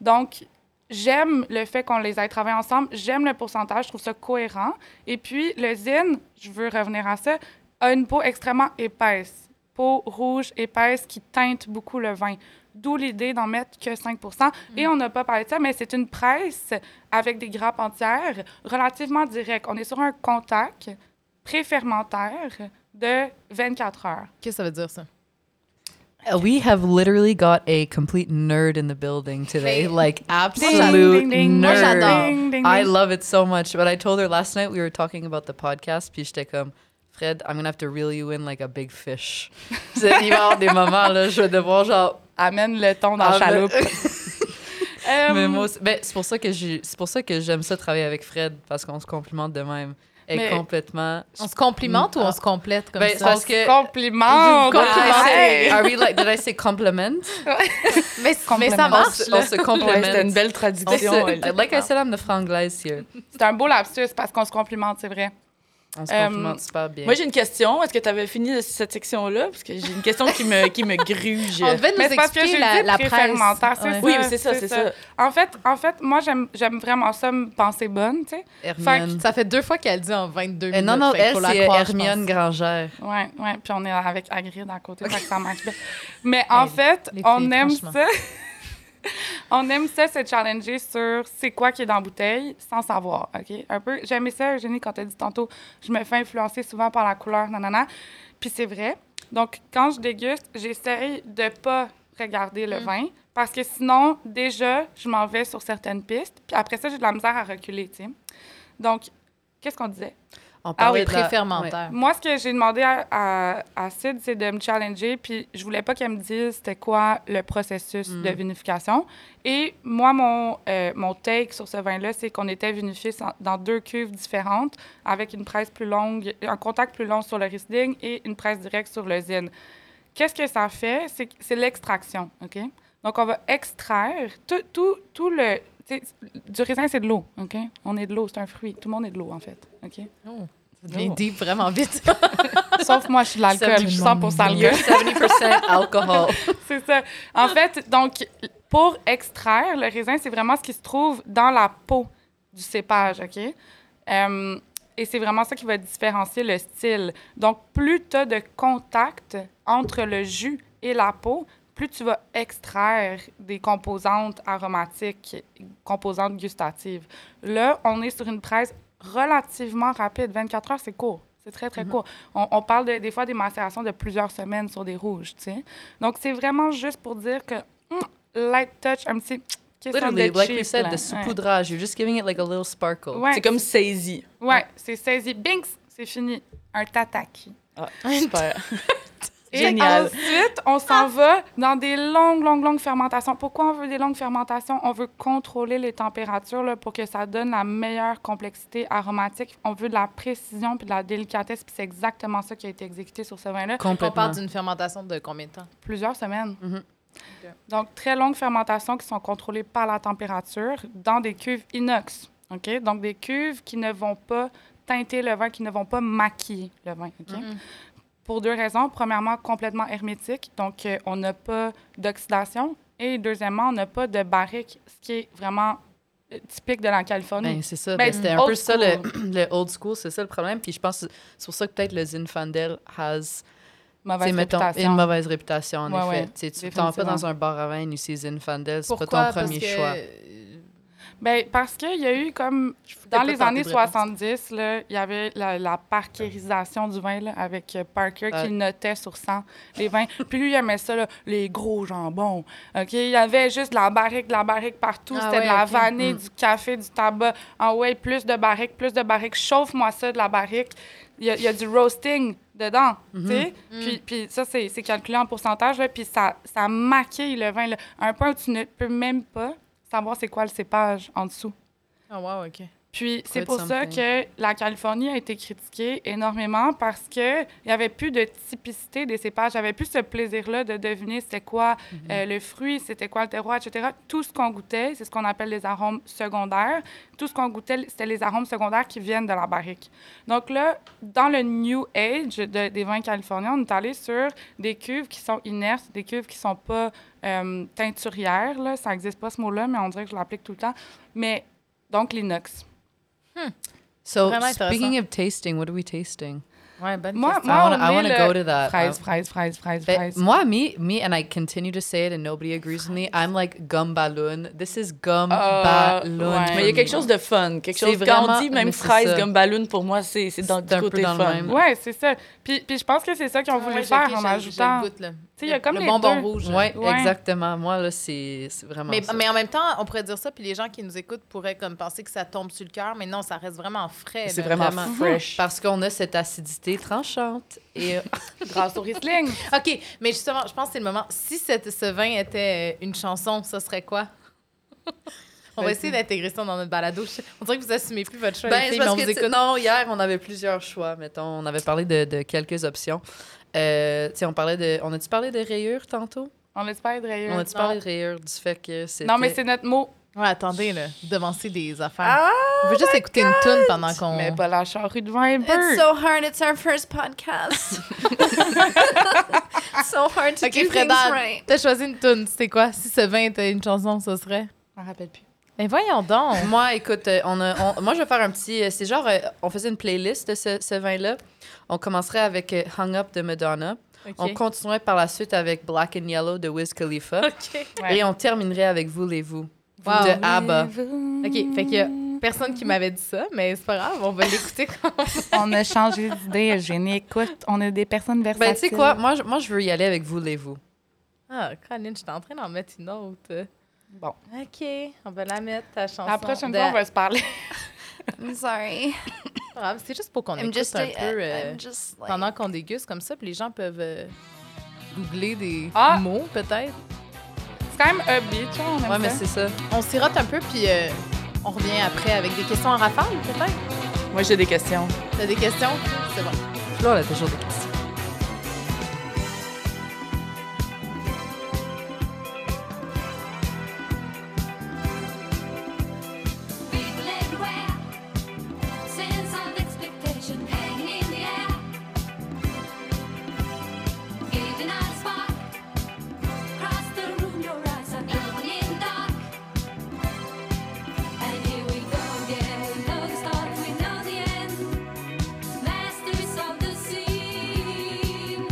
Speaker 2: Donc, j'aime le fait qu'on les ait travaillés ensemble, j'aime le pourcentage, je trouve ça cohérent. Et puis, le zin, je veux revenir à ça, a une peau extrêmement épaisse. Peau rouge épaisse qui teinte beaucoup le vin. D'où l'idée d'en mettre que 5 Et on n'a pas parlé de ça, mais c'est une presse avec des grappes entières relativement directes. On est sur un contact préfermentaire de 24 heures.
Speaker 3: Qu'est-ce que ça veut dire, ça?
Speaker 1: We have literally got a complete nerd in the building today.
Speaker 3: Mais-
Speaker 1: Like
Speaker 3: Absolument.
Speaker 1: absolute
Speaker 3: Moi, j'adore.
Speaker 1: nerd.
Speaker 2: Ding, ding,
Speaker 1: I
Speaker 2: ding.
Speaker 1: love it so much. But I told her last night we were talking about the podcast, puis j'étais comme Fred, I'm gonna have to reel you in like a big fish. C'est il va y avoir des moments là, je vais devoir genre
Speaker 2: Amène le ton dans
Speaker 1: Ah,
Speaker 2: la
Speaker 1: mais-
Speaker 2: chaloupe. Euh,
Speaker 1: Mais moi aussi- ben, c'est pour ça que j'ai- c'est pour ça que j'aime ça travailler avec Fred parce qu'on se complimente de même. Et
Speaker 2: Mais-
Speaker 1: complètement.
Speaker 3: On se complimente ou on se complète comme
Speaker 1: Ben,
Speaker 3: ça?
Speaker 1: parce
Speaker 2: on
Speaker 1: que-
Speaker 2: se complimente.
Speaker 1: Did I say-
Speaker 2: Hey!
Speaker 1: are we like, did I say compliment?
Speaker 3: Mais, mais ça
Speaker 2: Complément.
Speaker 1: On
Speaker 3: marche,
Speaker 1: se, on se
Speaker 3: là.
Speaker 4: Ouais, c'était
Speaker 1: complimente.
Speaker 4: une belle
Speaker 1: On
Speaker 4: tradition. elle.
Speaker 1: se, like I said, I'm the franglaise here.
Speaker 2: C'est un beau lapsus parce qu'on se complimente, c'est vrai.
Speaker 1: On se
Speaker 3: Um,
Speaker 2: Euh,
Speaker 1: complimente super bien.
Speaker 4: Moi, j'ai une question. Est-ce que tu avais fini de- cette section-là? Parce que j'ai une question qui me, qui me gruge.
Speaker 3: On devait
Speaker 2: Mais
Speaker 3: nous
Speaker 2: c'est parce que
Speaker 3: expliquer
Speaker 2: j'ai
Speaker 3: la,
Speaker 2: dit
Speaker 3: la presse.
Speaker 2: préfermentaire, c'est
Speaker 3: Ouais.
Speaker 4: Oui,
Speaker 2: ça,
Speaker 4: mais c'est ça, c'est
Speaker 2: c'est
Speaker 4: ça.
Speaker 2: ça. En fait, en fait moi, j'aime j'aime vraiment ça, me penser bonne, tu sais.
Speaker 1: Hermione.
Speaker 3: Ça fait deux fois qu'elle dit en 22
Speaker 1: Eh,
Speaker 3: minutes.
Speaker 1: non, non,
Speaker 3: fait qu'il
Speaker 1: elle,
Speaker 3: faut la
Speaker 1: c'est
Speaker 3: croire, je
Speaker 1: Hermione
Speaker 3: pense.
Speaker 1: Granger.
Speaker 2: Ouais, ouais. Puis on est avec Hagrid à côté, fait que ça marche bien. Mais en
Speaker 3: Hey,
Speaker 2: fait,
Speaker 3: les filles,
Speaker 2: on aime
Speaker 3: franchement.
Speaker 2: ça. on aime ça se challenger sur c'est quoi qui est dans la bouteille sans savoir, OK? Un peu, j'aimais ça, Eugénie, quand t'as dit tantôt, je me fais influencer souvent par la couleur, nanana. Puis c'est vrai. Donc, quand je déguste, j'essaye de pas regarder
Speaker 3: Mm.
Speaker 2: le vin parce que sinon, déjà, je m'en vais sur certaines pistes. Puis après ça, j'ai de la misère à reculer, tu sais. Donc, qu'est-ce qu'on disait?
Speaker 1: On
Speaker 3: Ah
Speaker 1: parlait
Speaker 3: oui,
Speaker 1: de la-
Speaker 3: préfermentaire.
Speaker 2: Moi, ce que j'ai demandé à, à, à Sid, c'est de me challenger, puis je voulais pas qu'elle me dise c'était quoi le processus de vinification. Et moi, mon, euh, mon take sur ce vin-là, c'est qu'on était vinifié sans- dans deux cuves différentes, avec une presse plus longue, un contact plus long sur le Riesling et une presse directe sur le Zin. Qu'est-ce que ça fait? C'est que- C'est l'extraction, OK? Donc, on va extraire tout, tout, tout le... tu sais, Du raisin, c'est de l'eau, OK? On est de l'eau, c'est un fruit. Tout le monde est de l'eau, en fait, OK?
Speaker 3: Ça devient
Speaker 1: Oh.
Speaker 3: deep vraiment vite.
Speaker 2: Sauf moi, je suis de l'alcool. Je suis 100
Speaker 1: You're 70%
Speaker 2: alcool.
Speaker 1: alcohol.
Speaker 2: C'est ça. En fait, donc, pour extraire le raisin, c'est vraiment ce qui se trouve dans la peau du cépage, OK? Euh, et c'est vraiment ça qui va différencier le style. Donc, plus tu as de contact entre le jus et la peau, plus tu vas extraire des composantes aromatiques, composantes gustatives. Là, on est sur une presse relativement rapide. 24 heures, c'est court. C'est très, très court. On, on parle de- des fois des macérations de plusieurs semaines sur des rouges, tu sais. Donc, c'est vraiment juste pour dire que hum, light touch, un petit question
Speaker 1: Literally,
Speaker 2: de
Speaker 1: like
Speaker 2: cheap,
Speaker 1: we said,
Speaker 2: là.
Speaker 1: the
Speaker 2: Ouais.
Speaker 1: saupoudrage. You're just giving it like a little sparkle.
Speaker 2: Ouais,
Speaker 4: C'est comme saisi.
Speaker 2: Ouais, c'est saisi. Binks, c'est fini. Un tataki.
Speaker 4: Ah, super.
Speaker 2: Et
Speaker 4: Génial.
Speaker 2: ensuite, on s'en va dans des longues, longues, longues fermentations. Pourquoi on veut des longues fermentations? On veut contrôler les températures là, pour que ça donne la meilleure complexité aromatique. On veut de la précision puis de la délicatesse. Puis c'est exactement ça qui a été exécuté sur ce vin-là.
Speaker 3: On
Speaker 1: Complètement.
Speaker 3: parle d'une fermentation de combien de temps?
Speaker 2: Plusieurs semaines.
Speaker 1: Mhm.
Speaker 2: Donc, très longues fermentations qui sont contrôlées par la température dans des cuves inox. OK? Donc, des cuves qui ne vont pas teinter le vin, qui ne vont pas maquiller le vin. OK? Pour deux raisons. Premièrement, complètement hermétique. Donc, euh, on n'a pas d'oxydation. Et deuxièmement, on n'a pas de barrique, ce qui est vraiment euh, typique de la Californie.
Speaker 1: Ben, c'est ça.
Speaker 2: Ben,
Speaker 1: ben, c'était un
Speaker 2: old
Speaker 1: peu ça, le, le old school, c'est ça le problème. Puis je pense que c'est pour ça que peut-être le Zinfandel has tu sais,
Speaker 2: Mauvaise
Speaker 1: mettons,
Speaker 2: réputation.
Speaker 1: une mauvaise réputation, en
Speaker 2: Ouais,
Speaker 1: effet.
Speaker 2: ouais,
Speaker 1: Tu sais, tu ne t'en vas pas
Speaker 2: définitivement.
Speaker 1: dans un bar à vin ici, Zinfandel, c'est pas
Speaker 3: Pourquoi?
Speaker 1: ton
Speaker 3: Parce
Speaker 1: premier
Speaker 3: que-
Speaker 1: choix.
Speaker 2: Ben, parce qu'il y a eu comme. Dans
Speaker 3: pas
Speaker 2: les
Speaker 3: tenter
Speaker 2: années
Speaker 3: de répondre.
Speaker 2: 70, là, il y avait la, la parkerisation du vin là, avec euh, Parker
Speaker 1: Ouais.
Speaker 2: qui notait sur 100 les vins. Puis lui, il aimait ça, là, les gros jambons. OK? Il y avait juste de la barrique, de la barrique partout.
Speaker 3: Ah
Speaker 2: C'était
Speaker 3: ouais,
Speaker 2: de la
Speaker 3: ok.
Speaker 2: vanille, du café, du tabac. Ah ouais, plus de barrique, plus de barrique. Chauffe-moi ça de la barrique. Il y, a- il y a du roasting dedans,
Speaker 3: Mm-hmm.
Speaker 2: tu sais?
Speaker 3: Mm.
Speaker 2: Puis, puis ça, c'est c'est calculé en pourcentage, là, puis ça, ça maquille le vin. là, à un point où tu ne peux même pas savoir c'est quoi le cépage en dessous.
Speaker 3: Ah, wow, OK.
Speaker 2: Puis c'est
Speaker 1: Quit
Speaker 2: pour ça que
Speaker 1: something.
Speaker 2: la Californie a été critiquée énormément parce que il y avait plus de typicité des cépages, il y avait plus ce plaisir-là de deviner c'était quoi euh, le fruit, c'était quoi le terroir, etc. Tout ce qu'on goûtait, c'est ce qu'on appelle les arômes secondaires. Tout ce qu'on goûtait, c'était les arômes secondaires qui viennent de la barrique. Donc là, dans le New Age de- des vins californiens, on est allé sur des cuves qui sont inertes, des cuves qui sont pas euh, teinturières. Là. Ça n'existe pas ce mot-là, mais on dirait que je l'applique tout le temps. Mais donc l'inox.
Speaker 1: So,
Speaker 3: Vraiment
Speaker 1: speaking of tasting, what are we tasting?
Speaker 3: Ouais, bonne
Speaker 2: Moi,
Speaker 3: question.
Speaker 1: I
Speaker 2: moi,
Speaker 1: wanna- I
Speaker 2: on
Speaker 1: wanna
Speaker 2: est
Speaker 1: go
Speaker 2: le-
Speaker 1: to that.
Speaker 2: Fraise,
Speaker 1: I-
Speaker 2: fraise, fraise, fraise,
Speaker 1: Ben,
Speaker 2: fraise.
Speaker 1: moi, me, me, and I continue to say it, and nobody agrees with me. I'm like gumballoon. This is gumballoon.
Speaker 2: Oh, ouais.
Speaker 1: for
Speaker 4: Mais il y a quelque
Speaker 1: me.
Speaker 4: chose de fun, quelque
Speaker 1: C'est
Speaker 4: chose quand
Speaker 1: vraiment-
Speaker 4: on dit
Speaker 1: mais
Speaker 4: même
Speaker 1: c'est
Speaker 4: fraise
Speaker 1: ça.
Speaker 4: comme ballon pour moi c'est c'est dans
Speaker 1: C'est un
Speaker 4: le
Speaker 1: peu
Speaker 4: côté
Speaker 1: dans le
Speaker 4: fun.
Speaker 1: même.
Speaker 2: Ouais, c'est ça. Puis, puis je pense que c'est ça
Speaker 3: Ah
Speaker 2: qu'ils ont voulu faire en ajoutant.
Speaker 3: Tu sais,
Speaker 2: sais, il y a comme
Speaker 3: le
Speaker 2: les
Speaker 3: bonbon
Speaker 2: deux.
Speaker 3: rouge.
Speaker 1: Ouais,
Speaker 2: Ouais.
Speaker 1: exactement. Moi, là, c'est c'est vraiment
Speaker 3: Mais,
Speaker 1: ça.
Speaker 3: mais en même temps, on pourrait dire ça, puis les gens qui nous écoutent pourraient comme penser que ça tombe sur le cœur, mais non, ça reste vraiment frais.
Speaker 4: C'est
Speaker 3: là.
Speaker 4: vraiment,
Speaker 1: vraiment.
Speaker 4: fresh.
Speaker 1: Parce qu'on a cette acidité tranchante. Et
Speaker 2: Grâce au Riesling.
Speaker 3: OK, mais justement, je pense que c'est le moment. Si cette- ce vin était euh, une chanson, ça serait quoi? on va
Speaker 2: Ben,
Speaker 1: Vas-y.
Speaker 3: essayer d'intégrer ça dans notre balado. Je- On dirait que vous assumez plus votre choix,
Speaker 1: Ben,
Speaker 3: les
Speaker 1: c'est
Speaker 3: filles, mais
Speaker 1: parce
Speaker 3: on vous
Speaker 1: que, tu-
Speaker 3: écoute.
Speaker 1: non, hier, on avait plusieurs choix, mettons. On avait parlé de, de quelques options. Euh, tu sais, on parlait de... On a-tu parlé de rayures tantôt?
Speaker 2: On l'espère, d'ailleurs.
Speaker 1: On a-tu
Speaker 3: non.
Speaker 1: parlé de rayures, du fait que c'était...
Speaker 2: Euh, Non, mais c'est notre mot.
Speaker 3: Ouais, attendez, là, devancez des affaires.
Speaker 1: Ah,
Speaker 3: on veut juste écouter une toune pendant qu'on...
Speaker 2: Mais pas lâcher en rue de vin un peu.
Speaker 1: hard, it's our first podcast. so hard to
Speaker 3: OK, Freda, t'as choisi une toune. C'est quoi? Si ce vin était une chanson, ça serait?
Speaker 2: Je m'en rappelle plus.
Speaker 3: Mais voyons donc!
Speaker 1: Moi, écoute, euh, on a- on- moi, je vais faire un petit. euh, C'est genre, euh, on faisait une playlist de ce, ce vin-là. On commencerait avec euh, Hung Up de Madonna. On continuerait par la suite avec Black and Yellow de Wiz Khalifa.
Speaker 3: OK.
Speaker 2: Ouais.
Speaker 1: Et on terminerait avec Voulez-vous
Speaker 3: Wow.
Speaker 1: de ABBA.
Speaker 3: OK, fait qu'il y a personne qui m'avait dit ça, mais c'est pas grave, on va l'écouter quand
Speaker 2: On a changé d'idée, Eugénie. Écoute, on a des personnes versatiles.
Speaker 1: Ben, tu sais quoi, moi, je- moi, je veux y aller avec Voulez-vous.
Speaker 3: Ah, Colin, je suis en train d'en mettre une autre.
Speaker 2: Bon.
Speaker 3: OK, on va la mettre, ta chanson.
Speaker 2: La prochaine
Speaker 3: de-
Speaker 2: fois, on va se parler.
Speaker 5: I'm sorry.
Speaker 3: C'est pas grave, C'est juste pour qu'on
Speaker 5: I'm
Speaker 3: écoute
Speaker 5: just,
Speaker 3: un
Speaker 5: a-
Speaker 3: peu euh,
Speaker 5: I'm just like.
Speaker 3: pendant qu'on déguste comme ça, puis les gens peuvent euh, googler des
Speaker 2: Ah!
Speaker 3: mots, peut-être.
Speaker 2: C'est quand même upbeat, tu vois, on aime
Speaker 1: Ouais, mais
Speaker 2: ça.
Speaker 1: c'est ça.
Speaker 3: On sirote un peu, puis euh, on revient après avec des questions en rafale, peut-être.
Speaker 4: Moi j'ai des questions.
Speaker 3: T'as des questions? C'est bon.
Speaker 1: Flo, elle a toujours des questions.
Speaker 6: People everywhere, sense of expectation hanging in the air, giving out a spark. Across the room, your eyes are glowing in the dark. And here we go again. We know the start, we know the end. Masters of the sea.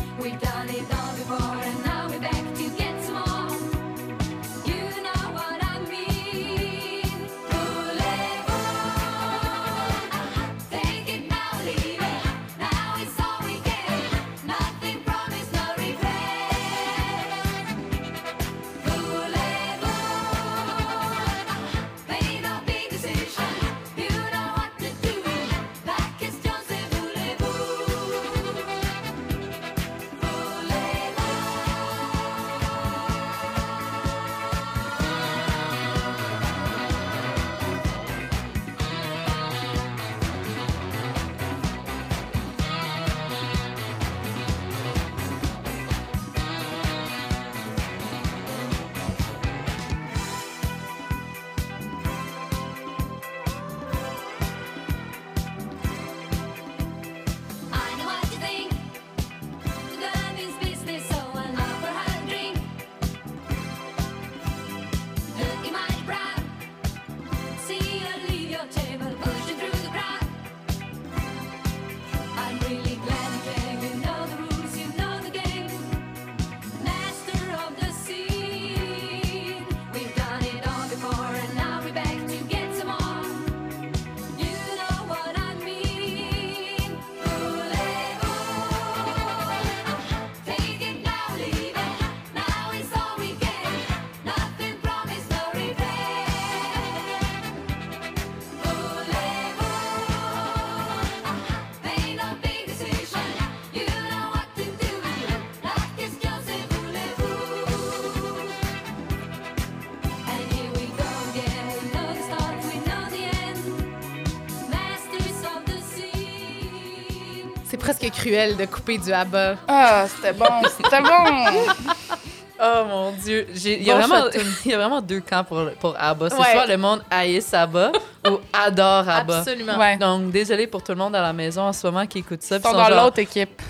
Speaker 3: presque cruel de couper du haba.
Speaker 2: Ah, c'était bon, c'était bon.
Speaker 1: Oh mon Dieu. J'ai- Il y, a
Speaker 3: Bon
Speaker 1: vraiment, il y a vraiment deux camps pour, pour ABBA. C'est
Speaker 3: Ouais.
Speaker 1: soit le monde haïsse ABBA ou adore ABBA.
Speaker 3: Absolument.
Speaker 2: Ouais.
Speaker 1: Donc, désolé pour tout le monde à la maison en ce moment qui écoute ça.
Speaker 2: Ils
Speaker 1: puis
Speaker 2: sont
Speaker 1: sont
Speaker 2: dans
Speaker 1: genre, Ah.
Speaker 2: l'autre équipe.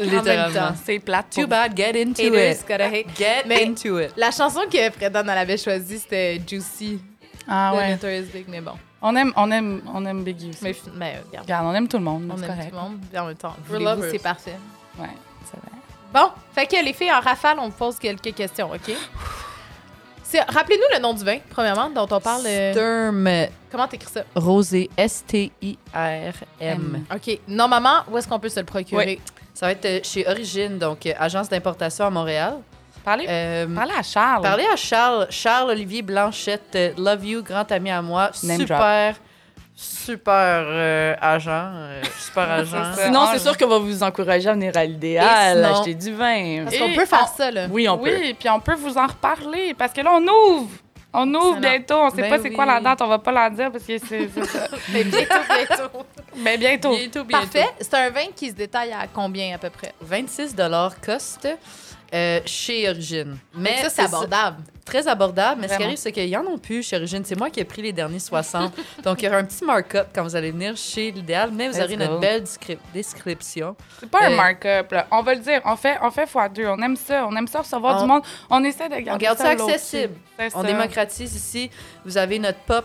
Speaker 1: Littéralement.
Speaker 2: C'est plate.
Speaker 1: Too bad, get into
Speaker 3: Haters
Speaker 1: it.
Speaker 3: gotta hate.
Speaker 1: Get
Speaker 3: Mais-
Speaker 1: into it.
Speaker 3: La chanson que Fredan avait choisie, c'était Juicy
Speaker 2: Ah
Speaker 3: de
Speaker 2: ouais.
Speaker 3: Notorious Big, mais bon.
Speaker 2: On aime, on aime, on aime Biggie aussi.
Speaker 3: Mais, fi- mais, euh, regarde,
Speaker 2: Regarde, on aime tout le monde,
Speaker 3: on
Speaker 2: c'est
Speaker 3: aime
Speaker 2: correct.
Speaker 3: tout le monde, puis en même temps,
Speaker 1: We're
Speaker 3: voulez-vous,
Speaker 1: lovers.
Speaker 3: c'est parfait.
Speaker 2: Ouais, c'est vrai.
Speaker 3: Bon, fait que les filles, en rafale, on pose quelques questions, OK? C'est- Rappelez-nous le nom du vin, premièrement, dont on parle. euh,
Speaker 1: Sturm
Speaker 3: comment t'écris ça?
Speaker 1: Rosé, S-T-I-R-M.
Speaker 3: OK. Normalement, où est-ce qu'on peut se le procurer?
Speaker 1: Ça va être euh, chez Origine, donc euh, agence d'importation à Montréal.
Speaker 2: Parlez,
Speaker 1: Euh,
Speaker 2: parlez à Charles.
Speaker 1: Parlez à Charles, Charles Olivier Blanchette, euh, Love You, grand ami à moi,
Speaker 2: Name drop.
Speaker 1: super, super euh, agent, euh, super agent.
Speaker 2: ça.
Speaker 1: Sinon,
Speaker 4: Sinon,
Speaker 2: Ah,
Speaker 4: c'est
Speaker 2: je-
Speaker 4: sûr qu'on va vous encourager à venir à l'idéal,
Speaker 1: sinon-
Speaker 4: acheter du vin.
Speaker 3: Parce qu'on
Speaker 2: Et
Speaker 3: peut faire
Speaker 2: on-
Speaker 3: ça, là.
Speaker 4: Oui, on peut.
Speaker 2: oui, puis on peut vous en reparler parce que là, on ouvre. On ouvre
Speaker 3: Excellent.
Speaker 2: bientôt. On sait
Speaker 1: Ben
Speaker 2: pas c'est quoi
Speaker 1: oui.
Speaker 2: la date. On va pas la dire parce que c'est. c'est ça.
Speaker 3: Mais bientôt, bientôt.
Speaker 2: Mais bientôt.
Speaker 1: bientôt, bientôt.
Speaker 3: Parfait. C'est un vin qui se détaille à combien, à peu près?
Speaker 1: 26 cost euh, chez Origine.
Speaker 3: Mais ça, c'est abordable.
Speaker 1: Très abordable, mais ce qui
Speaker 2: Vraiment.
Speaker 1: arrive, c'est qu'ils en ont plus chez Origine. C'est moi qui ai pris les derniers 60. Donc, il y aura un petit markup quand vous allez venir chez l'idéal, mais vous
Speaker 4: Let's
Speaker 1: aurez
Speaker 4: go.
Speaker 1: une belle descrip- description.
Speaker 2: C'est pas un
Speaker 1: Euh,
Speaker 2: markup. là. On va le dire. On fait, on fait x2. On aime ça. On aime ça recevoir
Speaker 1: On-
Speaker 2: du monde. On essaie de garder
Speaker 1: On garde ça
Speaker 2: low-key.
Speaker 1: accessible.
Speaker 2: C'est
Speaker 1: On
Speaker 2: ça.
Speaker 1: démocratise ici. Vous avez notre pop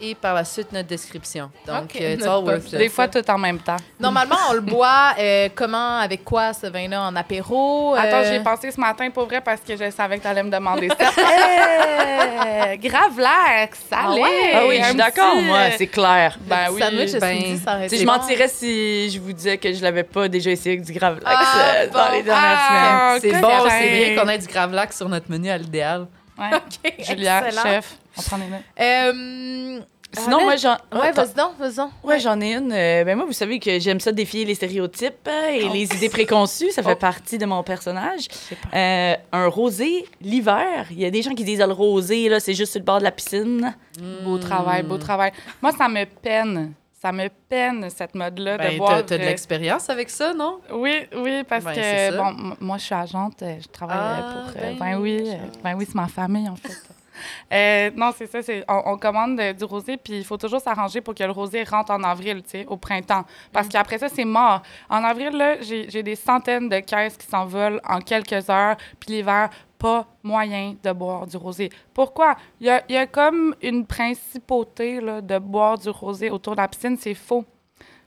Speaker 1: et par la suite notre description. Donc,
Speaker 3: Ok,
Speaker 1: euh, it's
Speaker 3: notre
Speaker 1: all
Speaker 3: pop.
Speaker 1: worth
Speaker 2: Des
Speaker 1: it.
Speaker 2: fois, tout en même temps.
Speaker 3: Normalement, on le boit euh, comment, avec quoi, ce vin-là, en apéro? euh,
Speaker 2: Attends, j'ai pensé ce matin pour vrai parce que je savais que t'allais me demander ça. Euh, grave l'air,
Speaker 3: Ah
Speaker 2: salé.
Speaker 3: ouais?
Speaker 4: Ah oui, je suis d'accord,
Speaker 2: euh,
Speaker 4: moi, c'est clair.
Speaker 2: Ben oui.
Speaker 3: Sandwich,
Speaker 1: ben,
Speaker 3: ben, ça aurait
Speaker 4: Tu
Speaker 3: été
Speaker 4: sais, je
Speaker 3: bon.
Speaker 2: euh,
Speaker 4: mentirais si je vous disais que je l'avais pas déjà essayé avec du Gravelax
Speaker 3: Ah,
Speaker 4: euh, dans
Speaker 3: bon.
Speaker 4: les dernières semaines.
Speaker 2: Ah,
Speaker 1: C'est
Speaker 2: que
Speaker 1: bon,
Speaker 2: certain.
Speaker 1: c'est bien qu'on ait du Gravelax sur notre menu à l'idéal.
Speaker 2: Ouais.
Speaker 3: OK,
Speaker 2: Julia,
Speaker 3: excellent.
Speaker 2: chef, on prend les notes.
Speaker 3: Euh,
Speaker 4: Sinon,
Speaker 3: Ah,
Speaker 4: moi, j'en
Speaker 3: ouais,
Speaker 4: ouais,
Speaker 3: vas-y donc, vas-y donc.
Speaker 4: ouais, j'en ai une. Euh, ben moi, vous savez que j'aime ça défier les stéréotypes euh, et les idées préconçues. Ça fait partie de mon personnage. Euh, un rosé, l'hiver. Il y a des gens qui disent, ah, le rosé, là, c'est juste sur le bord de la piscine.
Speaker 2: Beau travail,
Speaker 4: Hmm.
Speaker 2: beau travail. Moi, ça me peine. Ça me peine, cette mode-là, de euh,
Speaker 1: Ben,
Speaker 2: voir...
Speaker 1: t'as, t'as de l'expérience avec ça, non?
Speaker 2: Oui, oui, parce
Speaker 1: Ben, c'est ça.
Speaker 2: que, bon, m- moi, je suis agente, euh, je travaille euh,
Speaker 1: Ah,
Speaker 2: pour... euh,
Speaker 1: ben
Speaker 2: Ben oui,
Speaker 1: oui,
Speaker 2: euh, ben oui, c'est ma famille, en fait. Euh, non, c'est ça, c'est, on, on commande euh, du rosé, puis il faut toujours s'arranger pour que le rosé rentre en avril, tu sais, au printemps. Parce
Speaker 1: Mm.
Speaker 2: qu'après ça, c'est mort. En avril, là, j'ai, j'ai des centaines de caisses qui s'envolent en quelques heures, puis l'hiver, pas moyen de boire du rosé. Pourquoi? Il y a, il y a comme une principauté là, de boire du rosé autour de la piscine, c'est faux.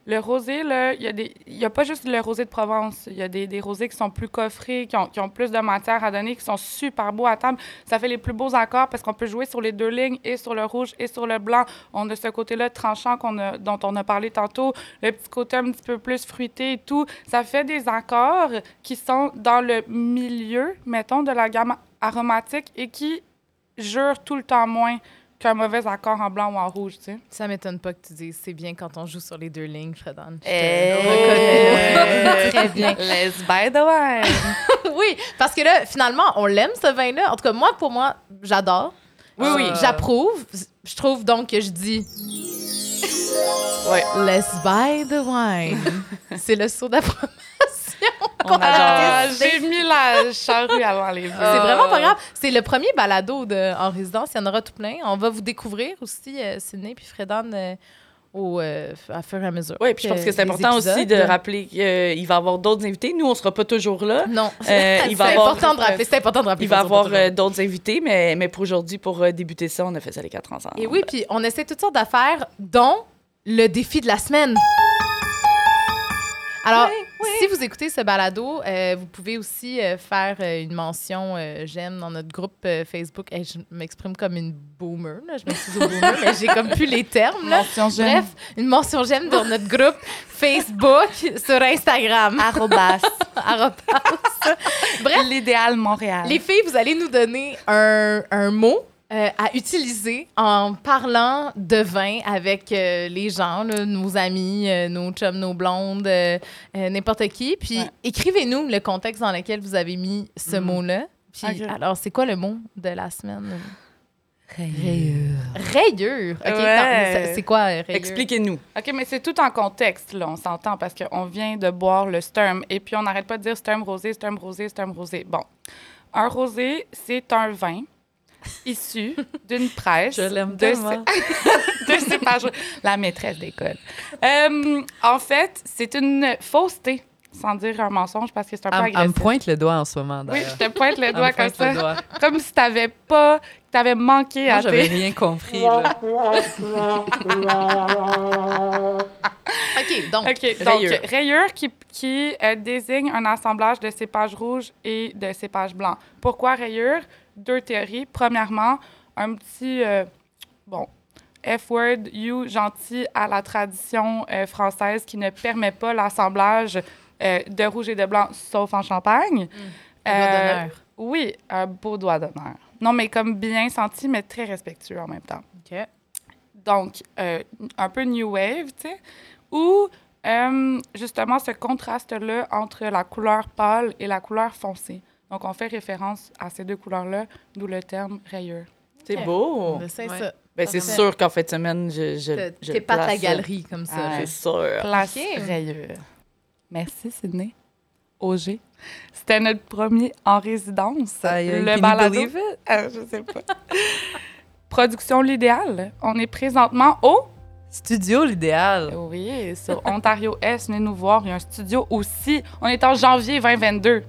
Speaker 2: Le rosé, là, il y a des- il n'y a pas juste le rosé de Provence. Il y a des, des rosés qui sont plus coffrés, qui ont, qui ont plus de matière à donner, qui sont super beaux à table. Ça fait les plus beaux accords parce qu'on peut jouer sur les deux lignes, et sur le rouge et sur le blanc. On a ce côté-là tranchant qu'on a- dont on a parlé tantôt, le petit côté un petit peu plus fruité et tout. Ça fait des accords qui sont dans le milieu, mettons, de la gamme aromatique et qui jurent tout le temps moins qu'un mauvais accord en blanc ou en rouge, tu sais.
Speaker 3: Ça m'étonne pas que tu dises c'est bien quand on joue sur les deux lignes, Fredan. Je te reconnais.
Speaker 2: Eh, Très bien. Let's by the way.
Speaker 3: oui, parce que là, finalement, on l'aime ce vin-là. En tout cas, moi, pour moi, j'adore. Euh,
Speaker 1: Oui, oui.
Speaker 3: J'approuve. Je trouve donc que je dis.
Speaker 4: Ouais.
Speaker 3: Let's buy the wine. c'est le saut d'approbation.
Speaker 4: On adore.
Speaker 2: Ah, J'ai mis la charrue avant les
Speaker 3: Ah, C'est
Speaker 2: bœufs.
Speaker 3: vraiment pas grave. C'est le premier balado de, en résidence. Il y en aura tout plein. On va vous découvrir aussi, euh, Sydney puis Fredan, euh, au, euh, f- à fur et à mesure.
Speaker 4: Oui, puis je pense que c'est
Speaker 3: les
Speaker 4: important aussi de
Speaker 3: épisodes-
Speaker 4: rappeler qu'il va y avoir d'autres invités. Nous, on sera pas toujours là.
Speaker 3: Non,
Speaker 4: Euh, il va
Speaker 3: Ah, c'est
Speaker 4: avoir-
Speaker 3: important de rappeler. C'est important de rappeler.
Speaker 4: Il va y
Speaker 3: qu'on sera pas
Speaker 4: avoir
Speaker 3: toujours là.
Speaker 4: euh, d'autres invités, mais, mais pour aujourd'hui, pour euh, débuter ça, on a fait ça les quatre ensemble.
Speaker 3: Et oui, puis on essaie toutes sortes d'affaires, dont le défi de la semaine. Alors, si vous écoutez ce balado, euh, vous pouvez aussi euh, faire euh, une mention euh, j'aime dans notre groupe euh, Facebook. Hey, je m'exprime comme une boomer, là. je m'excuse aux boomer, mais j'ai comme plus les termes. Là.
Speaker 2: Mention
Speaker 3: Bref, une mention j'aime dans notre groupe Facebook sur Instagram.
Speaker 2: Arrobas.
Speaker 4: Ah,
Speaker 3: Arrobase. Bref,
Speaker 2: L'idéal Montréal.
Speaker 3: les filles, vous allez nous donner un, un mot euh, à utiliser en parlant de vin avec euh, les gens, là, nos amis, euh, nos chums, nos blondes, euh, euh, n'importe qui. Puis
Speaker 4: Ouais.
Speaker 3: écrivez-nous le contexte dans lequel vous avez mis ce mot-là. Puis
Speaker 2: Mm. Ok.
Speaker 3: alors, c'est quoi le mot de la semaine? Rayure. OK,
Speaker 2: Ouais.
Speaker 3: attends, mais ça- c'est quoi, euh, rayure?
Speaker 4: Expliquez-nous.
Speaker 2: OK, mais c'est tout en contexte, là, on s'entend, parce qu'on vient de boire le Sturm, et puis on n'arrête pas de dire Sturm rosé, Sturm rosé, Sturm rosé. Bon, un rosé, c'est un vin issu d'une presse.
Speaker 1: Je l'aime
Speaker 2: de
Speaker 1: tellement.
Speaker 2: de cépage. La maîtresse d'école. Euh, en fait, c'est une fausseté, sans dire un mensonge, parce que c'est un peu
Speaker 1: Elle, elle me
Speaker 2: agressif.
Speaker 1: pointe le doigt en ce moment,
Speaker 2: Oui,
Speaker 1: d'ailleurs.
Speaker 2: je te pointe le
Speaker 1: Elle me
Speaker 2: doigt comme
Speaker 1: pointe le
Speaker 2: ça.
Speaker 1: doigt.
Speaker 2: Comme si t'avais pas, que t'avais manqué
Speaker 1: Moi,
Speaker 2: à
Speaker 1: j'avais
Speaker 2: tes...
Speaker 1: rien compris. là.
Speaker 3: OK, donc,
Speaker 2: OK, donc
Speaker 4: Rayure.
Speaker 2: rayure qui, qui, euh, désigne un assemblage de cépages rouges et de cépages blancs. Pourquoi rayure? Deux théories. Premièrement, un petit, euh, bon, F-word, you, gentil à la tradition euh, française qui ne permet pas l'assemblage euh, de rouge et de blanc, sauf en champagne.
Speaker 3: doigt
Speaker 2: Euh,
Speaker 3: d'honneur.
Speaker 2: oui, un beau doigt d'honneur. Non, mais comme bien senti, mais très respectueux en même temps.
Speaker 3: OK.
Speaker 2: Donc, euh, un peu new wave, tu sais, ou euh, justement ce contraste-là entre la couleur pâle et la couleur foncée. Donc, on fait référence à ces deux couleurs-là, d'où le terme rayure.
Speaker 4: C'est
Speaker 3: Ok.
Speaker 4: beau.
Speaker 3: Ben, C'est
Speaker 1: Ouais.
Speaker 3: ça.
Speaker 4: Ben, c'est
Speaker 3: Parfait.
Speaker 4: sûr qu'en fin de semaine, je. je,
Speaker 3: T'es
Speaker 4: je
Speaker 3: t'es pas
Speaker 4: place
Speaker 3: ta
Speaker 4: ça.
Speaker 3: galerie comme ça.
Speaker 4: Ah,
Speaker 3: là.
Speaker 4: C'est sûr.
Speaker 2: Place
Speaker 3: Ok.
Speaker 2: rayure. Merci, Sydney. OG. C'était notre premier en résidence.
Speaker 1: Aïe, aïe, can
Speaker 2: le
Speaker 1: you
Speaker 2: balado.
Speaker 1: believe
Speaker 2: Ah, je sais pas. Production L'Idéal. On est présentement au...
Speaker 1: Studio, l'idéal.
Speaker 2: Oui, sur Ontario S, venez nous voir. Il y a un studio aussi. On est en janvier 2022.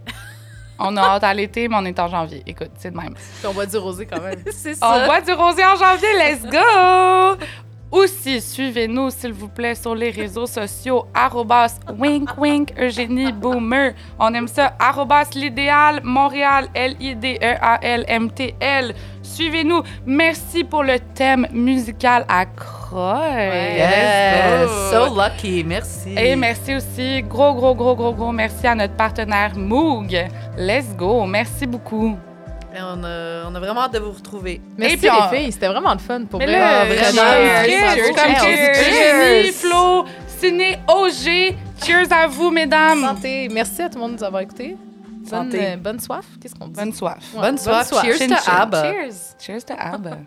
Speaker 2: On a hâte à l'été, mais on est en janvier. Écoute, c'est de même.
Speaker 3: Puis on va du rosé quand même.
Speaker 1: C'est
Speaker 2: On boit du rosé en janvier, let's go! Aussi, suivez-nous, s'il vous plaît, sur les réseaux sociaux, arrobas wink wink Eugénie Boomer. On aime ça, arrobas l'idéal Montréal, E L-I-D-E-A-L-M-T-L. Suivez-nous. Merci pour le thème musical à Croix.
Speaker 1: Yes,
Speaker 2: Let's go.
Speaker 1: so lucky, merci.
Speaker 2: Et merci aussi, gros, gros, gros, gros, gros merci à notre partenaire Moog. Let's go, merci beaucoup.
Speaker 1: Et On a, on a vraiment hâte de vous retrouver.
Speaker 3: Merci
Speaker 2: Et puis on-
Speaker 3: les filles, c'était vraiment le fun pour
Speaker 2: Mais
Speaker 3: vrai.
Speaker 2: là,
Speaker 1: Ah, vraiment.
Speaker 2: cheers, cheers,
Speaker 1: Cheers,
Speaker 2: comme
Speaker 1: cheers.
Speaker 2: cheers. Eugénie,
Speaker 1: Cheers.
Speaker 2: Flo, Ciné, OG, cheers à vous, mesdames.
Speaker 3: Santé. Merci à tout le monde de nous avoir écoutés. Bonne,
Speaker 4: Santé.
Speaker 3: euh, bonne soif. Qu'est-ce qu'on dit?
Speaker 2: Bonne soif.
Speaker 3: Ouais,
Speaker 1: Bonne soif. Cheers to
Speaker 2: Chin chin.
Speaker 1: ABBA.
Speaker 3: Cheers.
Speaker 2: Cheers to Abba.